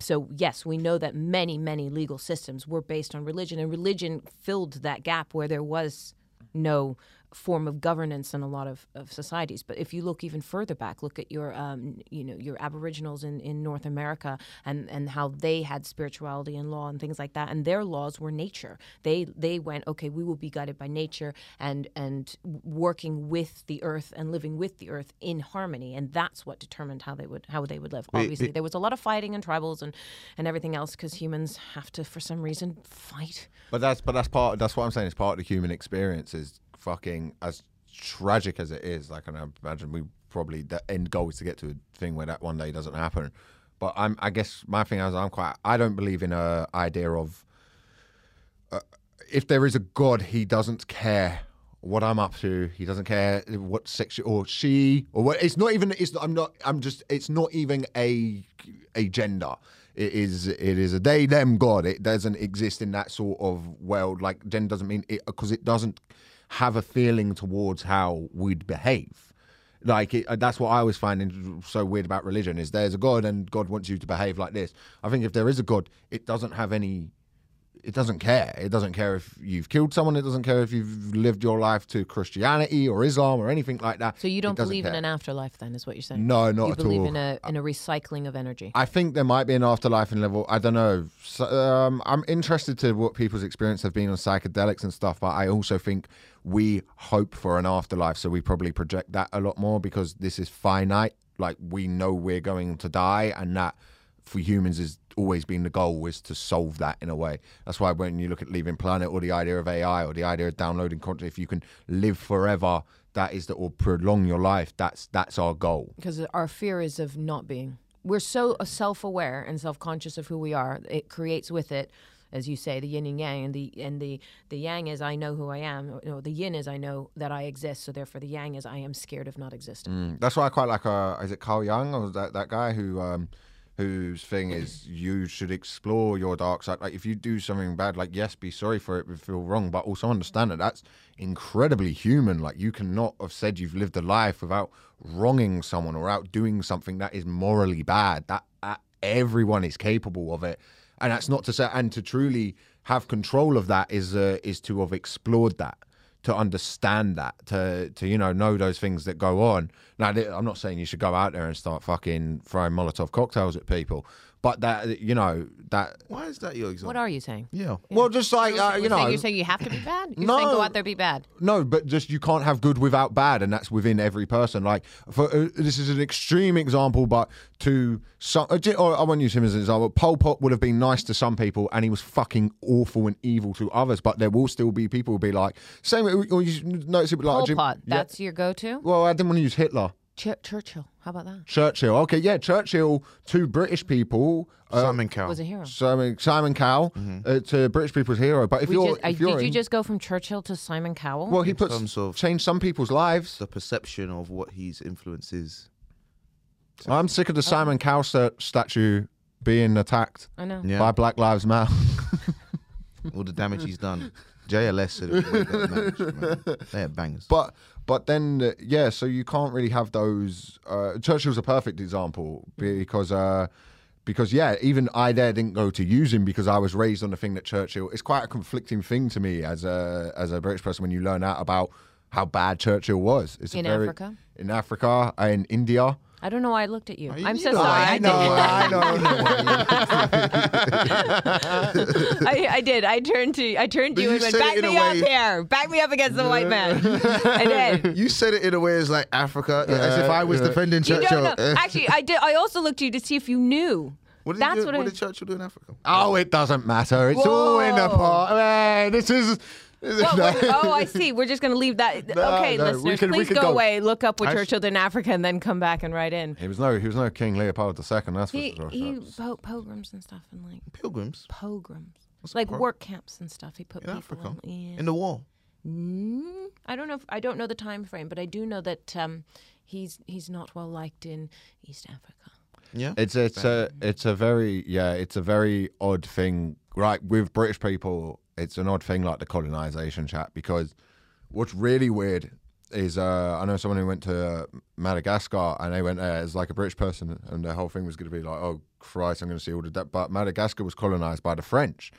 so yes, we know that many, many legal systems were based on religion, and religion filled that gap where there was no form of governance in a lot of, of societies. But if you look even further back, look at your um, you know your Aboriginals in, in North America and, and how they had spirituality and law and things like that, and their laws were nature. They they went okay, we will be guided by nature and and working with the earth and living with the earth in harmony, and that's what determined how they would how they would live. Obviously, there was a lot of fighting and tribals and and everything else because humans have to for some reason fight. But that's but that's part. That's what I'm saying. It's part of the human experience. Is fucking as tragic as it is. Like, and I imagine we probably the end goal is to get to a thing where that one day doesn't happen. But I'm, I guess my thing is, I'm quite. I don't believe in a idea of if there is a God, he doesn't care what I'm up to. He doesn't care what sex or she or what. It's not even. It's. I'm not. I'm just. It's not even a a gender. It is. It is a they them God. It doesn't exist in that sort of world. Like gender doesn't mean it because it doesn't have a feeling towards how we'd behave. Like it, uh, that's what I always find so weird about religion is there's a God and God wants you to behave like this. I think if there is a God, it doesn't have any it doesn't care. It doesn't care if you've killed someone. It doesn't care if you've lived your life to Christianity or Islam or anything like that. So you It don't doesn't believe in care. an afterlife, then, is what you're saying? No, not you at believe all. Uh, in a in a recycling of energy. I think there might be an afterlife in level. I don't know. So, um, I'm interested to what people's experience have been on psychedelics and stuff, but I also think we hope for an afterlife, so we probably project that a lot more because this is finite. Like we know we're going to die, and that for humans has always been the goal is to solve that in a way. That's why when you look at Leaving Planet or the idea of AI or the idea of downloading content, if you can live forever, that is the or prolong your life. That's that's our goal. because our fear is of not being. We're so uh, self-aware and self-conscious of who we are. It creates with it, as you say, the yin and yang, and the and the the yang is I know who I am. or, No, the yin is I know that I exist. So therefore, the yang is I am scared of not existing. Mm, That's why I quite like. Uh, is it Carl Jung or that that guy who, um, whose thing is you should explore your dark side. Like if you do something bad, like yes, be sorry for it, but feel wrong, but also understand that that's incredibly human. Like you cannot have said you've lived a life without wronging someone or out doing something that is morally bad. That, that everyone is capable of it, and that's not to say. And to truly have control of that is uh, is to have explored that to understand that, to to you know know those things that go on. Now, th- I'm not saying you should go out there and start fucking throwing Molotov cocktails at people, but that you know that Why is that your example? What are you saying? yeah. well, just like uh, you You're saying- know, you're saying you have to be bad. You're No. saying go out there be bad. no, but just you can't have good without bad, and that's within every person. Like for uh, this is an extreme example, but to some, uh, j- or I won't use him as an example. Pol Pot would have been nice to some people, and he was fucking awful and evil to others. But there will still be people who be like same. Or you notice it with like Pol Jim- Pot. yeah. That's your go-to. well, I didn't want to use Hitler. Ch- Churchill. How about that? Churchill. Okay, yeah, Churchill to British people, uh, Simon Cowell. Was a hero. Simon Simon Cowell Mm-hmm. uh, to British people's hero. But if We you're, just, if I, you're did you in- just go from Churchill to Simon Cowell? well, he puts terms of- changed some people's lives. the perception of what his influence is. I'm sick of the Simon Cowell st- statue being attacked I know. Yeah. by Black Lives Matter. <laughs> All the damage he's done. JLS said it was that damage, man. They are bangers. but but then uh, yeah, so you can't really have those. Uh, Churchill's a perfect example because. Uh, because yeah, even I there didn't go to use him because I was raised on the thing that Churchill. It's quite a conflicting thing to me as a as a British person when you learn out about how bad Churchill was. It's a In very- Africa? in Africa, in India. I don't know why I looked at you. you- I'm you so know sorry. why. I, I know, did. I <laughs> know. I, I did. I turned to I turned to But you you and went, said it back in a me up way- here. Back me up against the white man. I <laughs> did. you said it in a way as like Africa, as if I was defending You Churchill. don't know. Actually, I did. I also looked at you to see if you knew. what did, he That's do- what, what I. did Churchill do in Africa? Oh, it doesn't matter. It's all in the Whoa. pot. Man, this is. this is- <laughs> <laughs> Well, we're- oh, I see. We're just going to leave that. okay, no, we listeners, can- we please can go, go. away, look up what Churchill did in Africa, and then come back and write in. He was no, he was no King Leopold II. That's He for sure. he po- pogroms and stuff, and like Pilgrims pogroms, like pog- work camps and stuff. He put in people Africa in. Yeah. in the war. Mm, I don't know. If, I don't know the time frame, but I do know that um, he's he's not well liked in East Africa. Yeah, It's it's a it's a very yeah it's a very odd thing right with British people. It's an odd thing like the colonization chat because what's really weird is uh, I know someone who went to Madagascar and they went there as like a British person and their whole thing was going to be like oh Christ I'm going to see all the that but Madagascar was colonized by the French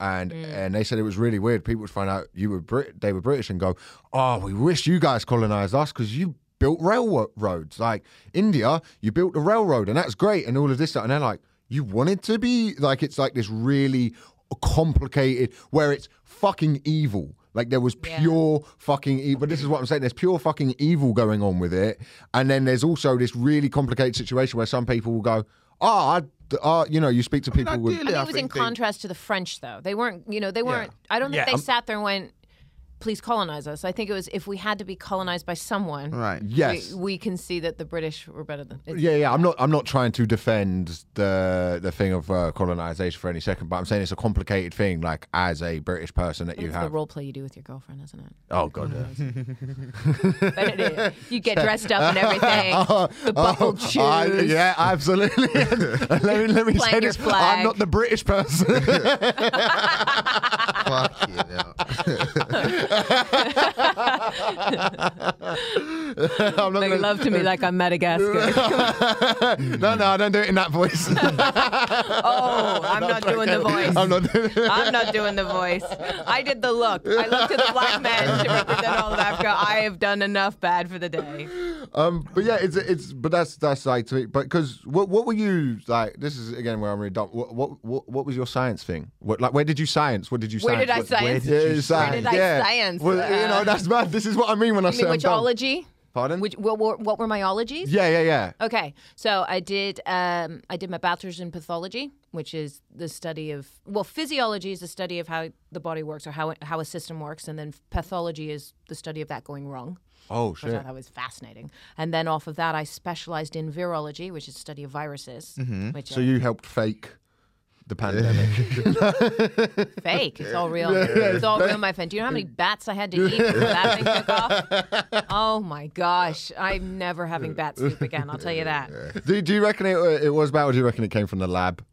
and Mm. and they said it was really weird people would find out you were Brit they were British and go oh we wish you guys colonized us because you built railroads. Like India, you built the railroad, and that's great, and all of this stuff. And they're like, you wanted to be like it's like this really complicated where it's fucking evil. Like there was pure fucking evil. But this is what I'm saying. There's pure fucking evil going on with it, and then there's also this really complicated situation where some people will go, "Ah, oh, you know, you speak to people with ideally, I I think it was in think they- um, contrast to the French, though. They weren't, you know, they weren't. I don't think they sat there and went, please colonize us. I think it was if we had to be colonized by someone, Right. Yes. we, we can see that the British were better than. It's, yeah, yeah. I'm not. I'm not trying to defend the the thing of uh, colonization for any second, but I'm saying it's a complicated thing. Like as a British person that you it's the have. role play you do with your girlfriend, isn't it? <laughs> Oh god. yeah. But it- you get dressed up and <laughs> everything. the buckled shoes. Oh, I- yeah, absolutely. <laughs> let me, let me say Playing this: your flag. I'm not the British person. <laughs> <laughs> Fuck it out. I'm not Make gonna- love to me like I'm <laughs> Madagascar. no, no, I don't do it in that voice. oh, I'm not doing the <laughs> voice. I'm not doing it. I'm not doing the voice. I did the look. I looked at the black man to represent all of Africa. I have done enough bad for the day. Um, but yeah, it's it's but that's that's like to me. But because what what were you like? This is again where I'm really dumb. What what what, what was your science thing? What like where did you science? What did you? Where science? did I What- science? Where did, Where you did science? I yeah. science? Well, you know Uh, that's bad. This is what I mean when I You say mean I'm dumb. witchology? Pardon? Which what, were- what were my ologies? yeah, yeah, yeah. Okay, so I did um, I did my bachelor's in pathology, which is the study of well, physiology is the study of how the body works or how how a system works, and then pathology is the study of that going wrong. Oh Which I shit. thought was fascinating, and then off of that, I specialized in virology, which is the study of viruses, which Mm-hmm. So are you helped fake the pandemic. <laughs> fake. It's all real. It's all real, my friend. Do you know how many bats I had to eat before that thing took <laughs> off? Oh my gosh, I'm never having bat soup again. I'll tell you that. do, do you reckon it, it was bad, or do you reckon it came from the lab?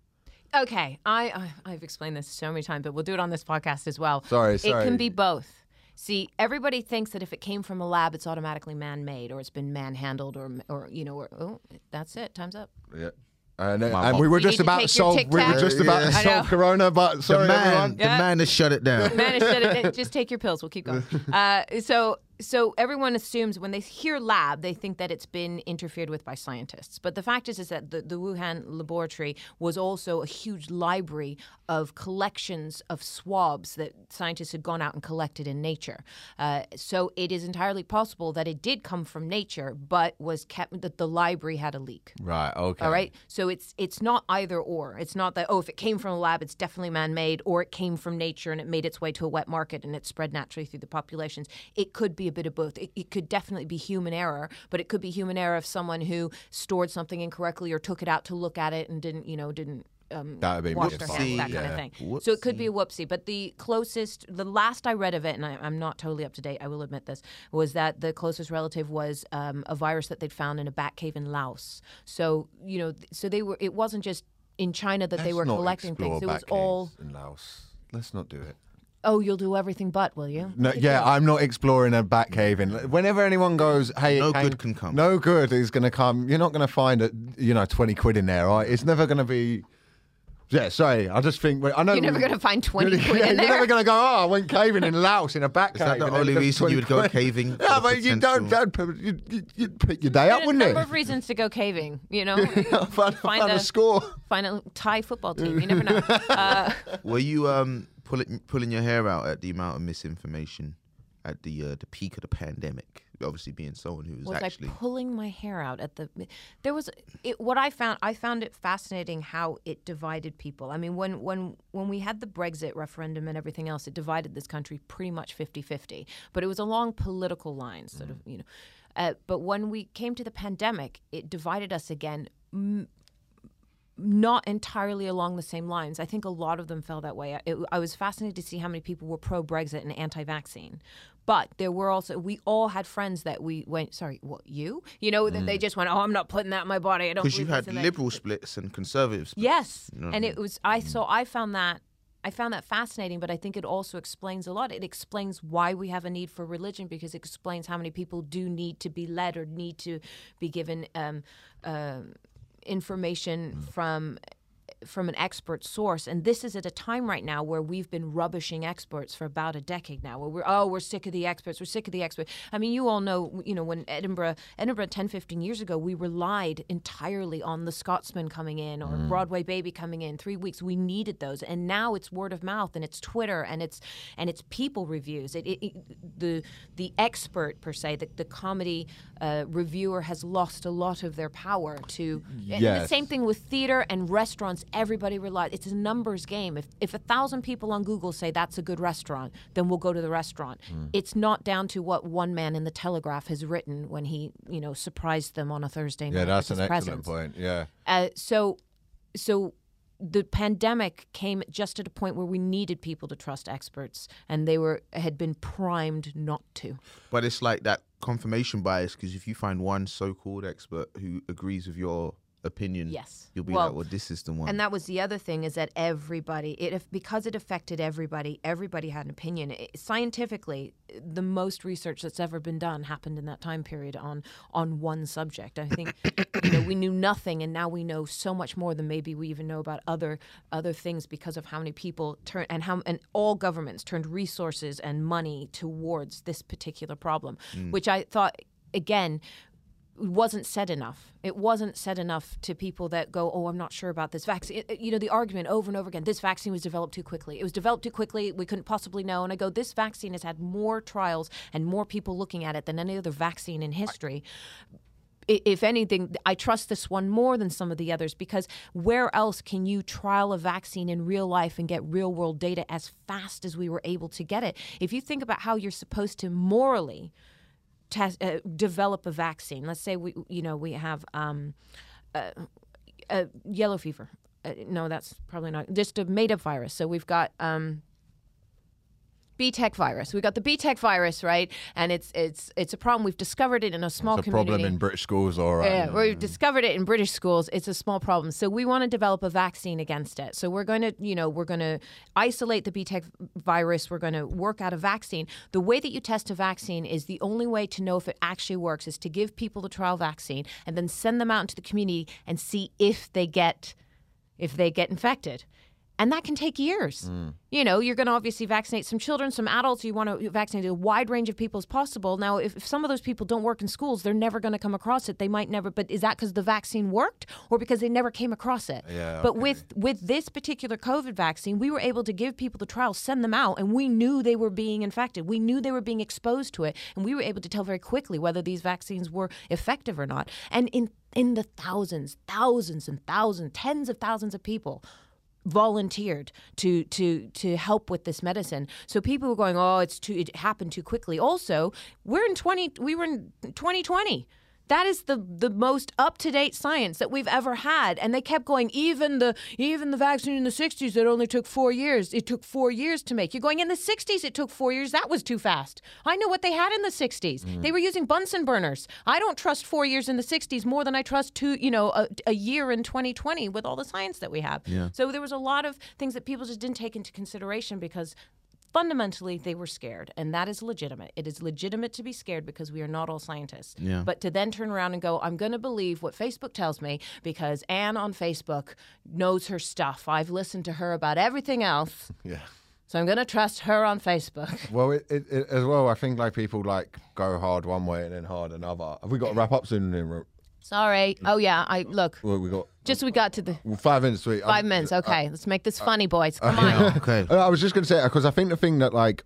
Okay, I, I I've explained this so many times, but we'll do it on this podcast as well. Sorry, It sorry. can be both. See, everybody thinks that if it came from a lab, it's automatically man-made, or it's been manhandled, or or you know, or oh, that's it. Time's up. Yeah. And, and My we were You just need to about to take your solve. We were Tic just Tac. about to Yeah. I solve know. Corona, but sorry, the man, everyone. the Yeah. man has shut <laughs> it down. Managed it. Just take your pills. We'll keep going. Uh, so, so everyone assumes when they hear lab, they think that it's been interfered with by scientists. But the fact is, is that the, the Wuhan laboratory was also a huge library of collections of swabs that scientists had gone out and collected in nature. Uh, so it is entirely possible that it did come from nature, but was kept that the library had a leak. Right. Okay. All right. So it's it's not either or. It's not that oh, if it came from a lab, it's definitely man-made, or it came from nature and it made its way to a wet market and it spread naturally through the populations. It could be a bit of both. It, it could definitely be human error, but it could be human error of someone who stored something incorrectly or took it out to look at it and didn't, you know, didn't. Um, That would be wash really their fun. hands, that kind Yeah. of thing. So it could be a whoopsie, but the closest, the last I read of it, and I, I'm not totally up to date, I will admit this, was that the closest relative was um, a virus that they'd found in a bat cave in Laos. So you know, th- so they were. It wasn't just in China that they Let's were not collecting explore things. It was back all, caves in Laos. Let's not do it. oh, you'll do everything, but will you? No, yeah, I'm not exploring a back cave. In. Whenever anyone goes, hey, it No came- good can come. No good is going to come. You're not going to find a, you know, twenty quid in there, right? It's never going to be. Yeah, sorry. I just think I know You're never gonna <laughs> find 20 quid yeah, in You're never there. going to go. Oh, I went caving in Laos in a <laughs> back Is cave. that the and then only there's reason you would go 20 quid? <laughs> caving? for No, the but you don't. potential- don't you, you, you'd pick your day up, There's a wouldn't number <laughs> it? of reasons to go caving. You know, <laughs> Find, Find find a a- <laughs> score. find a Thai football team. You never <laughs> know. Uh, <laughs> Were you um pulling pulling your hair out at the amount of misinformation at the uh, the peak of the pandemic? Obviously, being someone who was, was actually I pulling my hair out at the there was it, what I found I found it fascinating how it divided people. I mean when when when we had the Brexit referendum and everything else it divided this country pretty much 50-50, but it was along political lines sort Mm-hmm. of, you know. Uh, but when we came to the pandemic, it divided us again not entirely along the same lines. I think a lot of them fell that way. It, I was fascinated to see how many people were pro Brexit and anti vaccine. But there were also, we all had friends that we went, sorry, what, you? You know, that they just went, oh, I'm not putting that in my body. I don't because Mm. you believe had this and that." liberal splits and conservative splits. Yes, and it was I Mm. so I found that I found that fascinating, but I think it also explains a lot. It explains why we have a need for religion because it explains how many people do need to be led or need to be given um, um Mm. information from from an expert source and this is at a time right now where we've been rubbishing experts for about a decade now where we're oh we're sick of the experts we're sick of the experts i mean you all know you know when edinburgh edinburgh 10 15 years ago we relied entirely on the scotsman coming in or broadway baby coming in 3 weeks we needed those and now it's word of mouth and it's twitter and it's and it's people reviews it, it, it the the expert per se the, the comedy uh, reviewer has lost a lot of their power to and the Yes. same thing with theater and restaurants. everybody relies. It's a numbers game. If if a thousand people on Google say that's a good restaurant, then we'll go to the restaurant. Hmm. It's not down to what one man in the Telegraph has written when he you know surprised them on a Thursday night. Yeah, that's with an his excellent presence. point. Yeah. Uh, so, so the pandemic came just at a point where we needed people to trust experts, and they were had been primed not to. But it's like that confirmation bias because if you find one so-called expert who agrees with your opinion, Yes. you'll be Well, like, well, this is the one. And that was the other thing is that everybody, it if- because it affected everybody, everybody had an opinion. It- Scientifically, the most research that's ever been done happened in that time period on on one subject. I think you know, we knew nothing, and now we know so much more than maybe we even know about other other things because of how many people turn and how and all governments turned resources and money towards this particular problem, which I thought again wasn't said enough. It wasn't said enough to people that go, "Oh, I'm not sure about this vaccine." It- it- you know, the argument over and over again: this vaccine was developed too quickly. It was developed too quickly. We couldn't possibly know. And I go, "This vaccine has had more trials and more people looking at it than any other vaccine in history." I- if anything, I trust this one more than some of the others because where else can you trial a vaccine in real life and get real world data as fast as we were able to get it? If you think about how you're supposed to morally test, uh, develop a vaccine. Let's say we, you know, we have um, uh, uh, yellow fever. Uh, no, that's probably not just a made-up virus. So we've got um, B Tech virus. We've got the B Tech virus, right? And it's it's it's a problem. We've discovered it in a small It's a community. problem in British schools, all right. Yeah, we've discovered it in British schools. It's a small problem. So we want to develop a vaccine against it. So we're going to, you know, we're going to isolate the BTEC virus. We're going to work out a vaccine. The way that you test a vaccine is the only way to know if it actually works is to give people the trial vaccine and then send them out into the community and see if they get if they get infected. And that can take years. You know, you're going to obviously vaccinate some children, some adults. You want to vaccinate a wide range of people as possible. Now, if, if some of those people don't work in schools, they're never going to come across it. They might never. But is that because the vaccine worked, or because they never came across it? Yeah, But with with this particular COVID vaccine, we were able to give people the trial, send them out, and we knew they were being infected. We knew they were being exposed to it, and we were able to tell very quickly whether these vaccines were effective or not. And in in the thousands, thousands and thousands, tens of thousands of people volunteered to to to help with this medicine. So people were going, "Oh, it's too it happened too quickly." Also, we're in 20 we were in 2020. That is the the most up-to-date science that we've ever had and they kept going even the even the vaccine in the 60s that only took 4 years. It took 4 years to make. You're going in the 60s it took 4 years. That was too fast. I know what they had in the 60s. They were using Bunsen burners. I don't trust 4 years in the 60s more than I trust two, you know, a, a year in 2020 with all the science that we have. So there was a lot of things that people just didn't take into consideration because fundamentally they were scared and that is legitimate it is legitimate to be scared because we are not all scientists Yeah. but to then turn around and go i'm going to believe what facebook tells me because anne on facebook knows her stuff i've listened to her about everything else Yeah. so i'm going to trust her on facebook <laughs> Well, it, it, it, as well, I think like people like go hard one way and then hard another. Have we got to wrap up soon? Then? Ro- sorry oh yeah i look Well, we got just we got to the well, five minutes. Sweet. Uh, five minutes okay let's make this funny boys come on okay. I was just going to say because I think the thing that like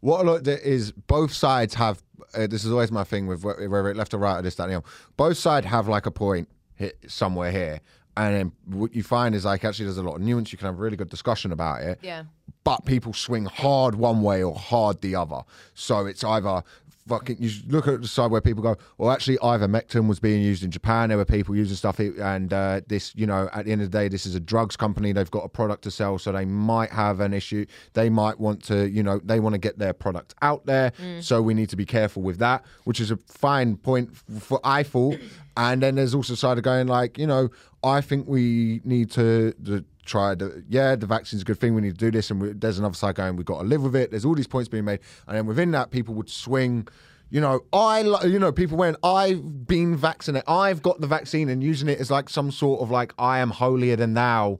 what a lot that is both sides have. Uh, this is always my thing with wh- whether it left or right or this that and the other. Both side have like a point hit somewhere here, and then what you find is like actually there's a lot of nuance. You can have a really good discussion about it. Yeah. But people swing hard one way or hard the other. So it's either fucking you look at the side where people go, well, actually, ivermectin was being used in Japan. There were people using stuff, it- and uh, this, you know, at the end of the day, this is a drugs company. They've got a product to sell, so they might have an issue. They might want to, you know, they want to get their product out there. So we need to be careful with that, which is a fine point f- for I thought. And then there's also side of going like, you know, I think we need to. The, try the yeah the vaccine's a good thing we need to do this and we, there's another side going we've got to live with it there's all these points being made and then within that people would swing you know i li- you know people went i've been vaccinated i've got the vaccine and using it as like some sort of like i am holier than thou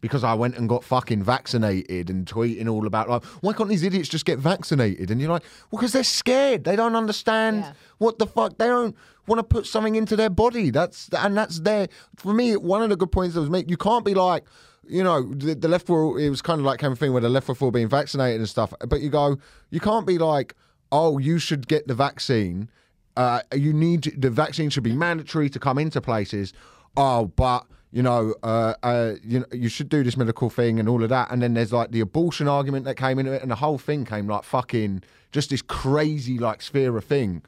because I went and got fucking vaccinated and tweeting all about like, why can't these idiots just get vaccinated? And you're like, well, because they're scared. They don't understand Yeah. what the fuck. They don't want to put something into their body. That's and that's their. For me, one of the good points that was made. You can't be like, you know, the, the left were. It was kind of like kind of thing where the left were for being vaccinated and stuff. But you go, you can't be like, oh, you should get the vaccine. Uh, you need the vaccine should be mandatory to come into places. Oh, but you know, uh, uh, you know, you should do this medical thing and all of that. And then there's like the abortion argument that came into it, and the whole thing came like fucking just this crazy like sphere of thing.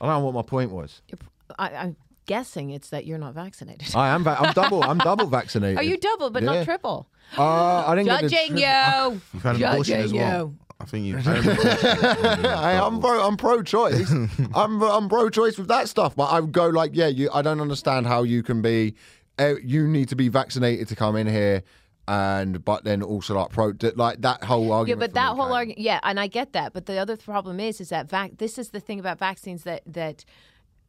I don't know what my point was. I, I'm guessing it's that you're not vaccinated. I am. Va- I'm double. I'm <laughs> double vaccinated. Oh, Are you double but Yeah. not triple? Uh, I didn't get the Judging tri- you. You've had an abortion Judging as well. you. I think you've had an abortion. <laughs> Hey, I'm pro, I'm pro-choice. I'm I'm pro-choice with that stuff, but I would go like, yeah, you. I don't understand how you can be. Uh, you need to be vaccinated to come in here, and but then also like pro, d- like that whole Yeah, argument. but for me that whole came. argument, yeah, and I get that. But the other th- problem is, is that vac- this is the thing about vaccines that that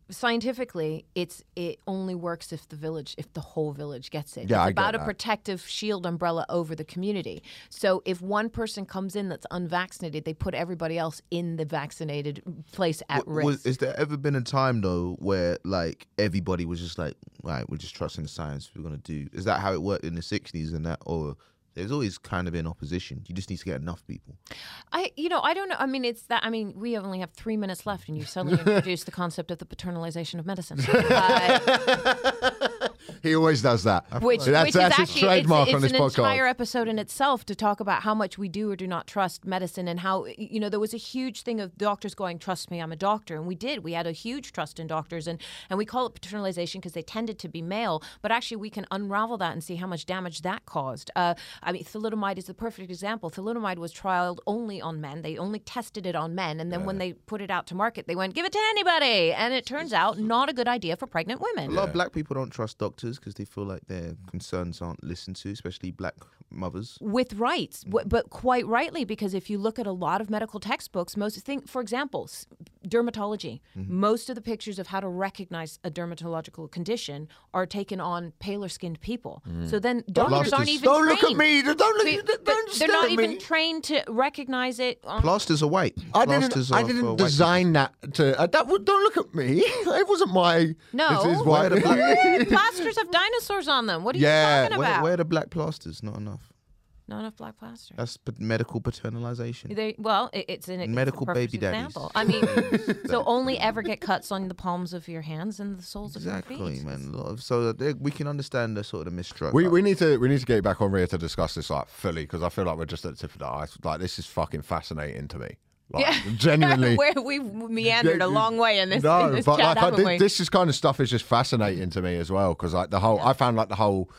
scientifically, it's it only works if the village, if the whole village gets it. Yeah, it's I get about a that. protective shield umbrella over the community. So if one person comes in that's unvaccinated, they put everybody else in the vaccinated place at W- risk. Was, is there ever been a time though where like everybody was just like, right, we're just trusting the science. We're gonna do. Is that how it worked in the '60s and that, or there's always kind of been opposition. You just need to get enough people. I, you know, I don't know. I mean, it's that. I mean, we only have three minutes left, and you <laughs> suddenly introduced the concept of the paternalization of medicine, uh, He always does that. which, that's, which is that's his actually trademark it's, it's on this an podcast. entire episode in itself to talk about how much we do or do not trust medicine, and how you know there was a huge thing of doctors going, "Trust me, I'm a doctor," and we did. We had a huge trust in doctors, and and we call it paternalization because they tended to be male, but actually we can unravel that and see how much damage that caused. Uh, I mean, thalidomide is the perfect example. Thalidomide was trialed only on men. They only tested it on men, and then when they put it out to market, they went, "Give it to anybody," and it turns out not a good idea for pregnant women. A lot of black people don't trust doctors because they feel like their concerns aren't listened to, especially black mothers. with rights, w- but quite rightly, because if you look at a lot of medical textbooks, most think, for example, s- dermatology. Most of the pictures of how to recognize a dermatological condition are taken on paler skinned people. So then doctors aren't even don't look at trained. me. Don't look. They- don't they're- stare they're not at even me. trained to recognize it. on- <laughs> Plasters are white. I Plasters didn't. I are for didn't white design that to. Uh, that would, don't look at me. <laughs> It wasn't my. No. This is <laughs> why the <laughs> black. plasters have dinosaurs on them. What are Yeah. you talking people. Where, about? where are the black plasters? Not enough. Not enough black plaster. That's p- medical paternalization. They, well, it, it's an it's a Medical perfect baby daddies. example. I mean, so only ever get cuts on the palms of your hands and the soles of your Exactly, feet. man. A lot of- so that they- we can understand the sort of mistrust. We, we need to we need to get back on Rhea to discuss this like fully because I feel like we're just at the tip of the ice. Like this is fucking fascinating to me. Like, genuinely. <laughs> Where we've meandered a long way in this, no, in this but chat, like I, haven't thi- we? this is kind of stuff is just fascinating to me as well because like the whole I found like the whole.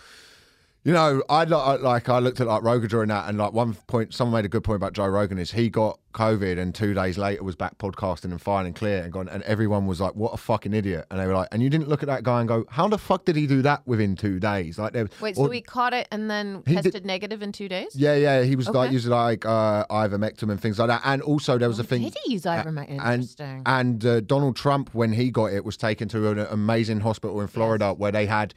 You know, I lo- I- like I looked at like Rogan during that, and like one point, someone made a good point about Joe Rogan is he got COVID and two days later was back podcasting and fine and clear and gone, and everyone was like, "What a fucking idiot!" And they were like, "And you didn't look at that guy and go, how the fuck did he do that within two days?" Like, there, Wait, or- so we caught it and then He did- tested negative in two days? yeah, yeah, he was like Okay. Oh, using like uh, ivermectin and things like that, and also there was a thing. Did he use ivermectin? and Interesting. and uh, Donald Trump, when he got it, was taken to an amazing hospital in Florida where they had,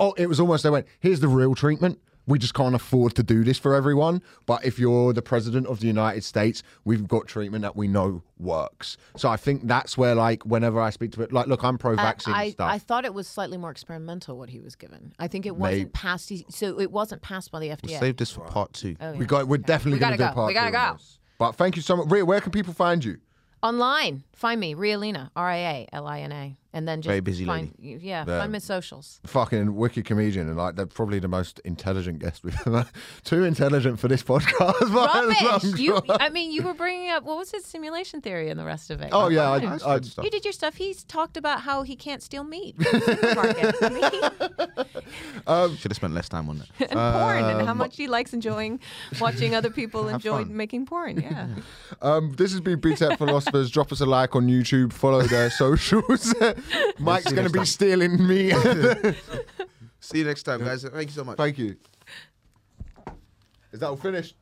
oh, it was almost they went, here's the real treatment. We just can't afford to do this for everyone. But if you're the president of the United States, we've got treatment that we know works. So I think that's where, like, whenever I speak to it, like, look, I'm Uh, pro-vaccine I, stuff. I thought it was slightly more experimental what he was given. I think it wasn't Maybe. passed. e, So it wasn't passed by the FDA. Save this for part two. we got, we're definitely We going to gotta do go. part We gotta two on go. this. But thank you so much, Rhea. Where can people find you? Online, find me, Rialina, R I A L I N A, and then just Very busy find, Yeah, find my <laughs> socials. fucking wicked comedian and like they're probably the most intelligent guest we've ever <laughs> too intelligent for this podcast <laughs> by a long Rubbish! You, shot. I mean, you were bringing up what was his simulation theory and the rest of it. oh yeah I I, I, said stuff. You did your stuff. He's talked about how he can't steal meat from supermarkets and Should have spent less time on <laughs> that. porn and how much he likes enjoying watching other people enjoy fun. making porn. Yeah. um this has been BTEC Philosophers drop us a like on YouTube follow their socials <laughs> Mike's gonna be stealing <laughs> me See you next time, guys. Thank you so much. thank you is that all finished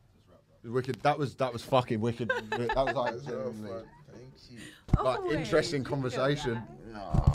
wicked that was that was fucking <laughs> wicked that was like, Thank you. Oh, like interesting conversation Aw.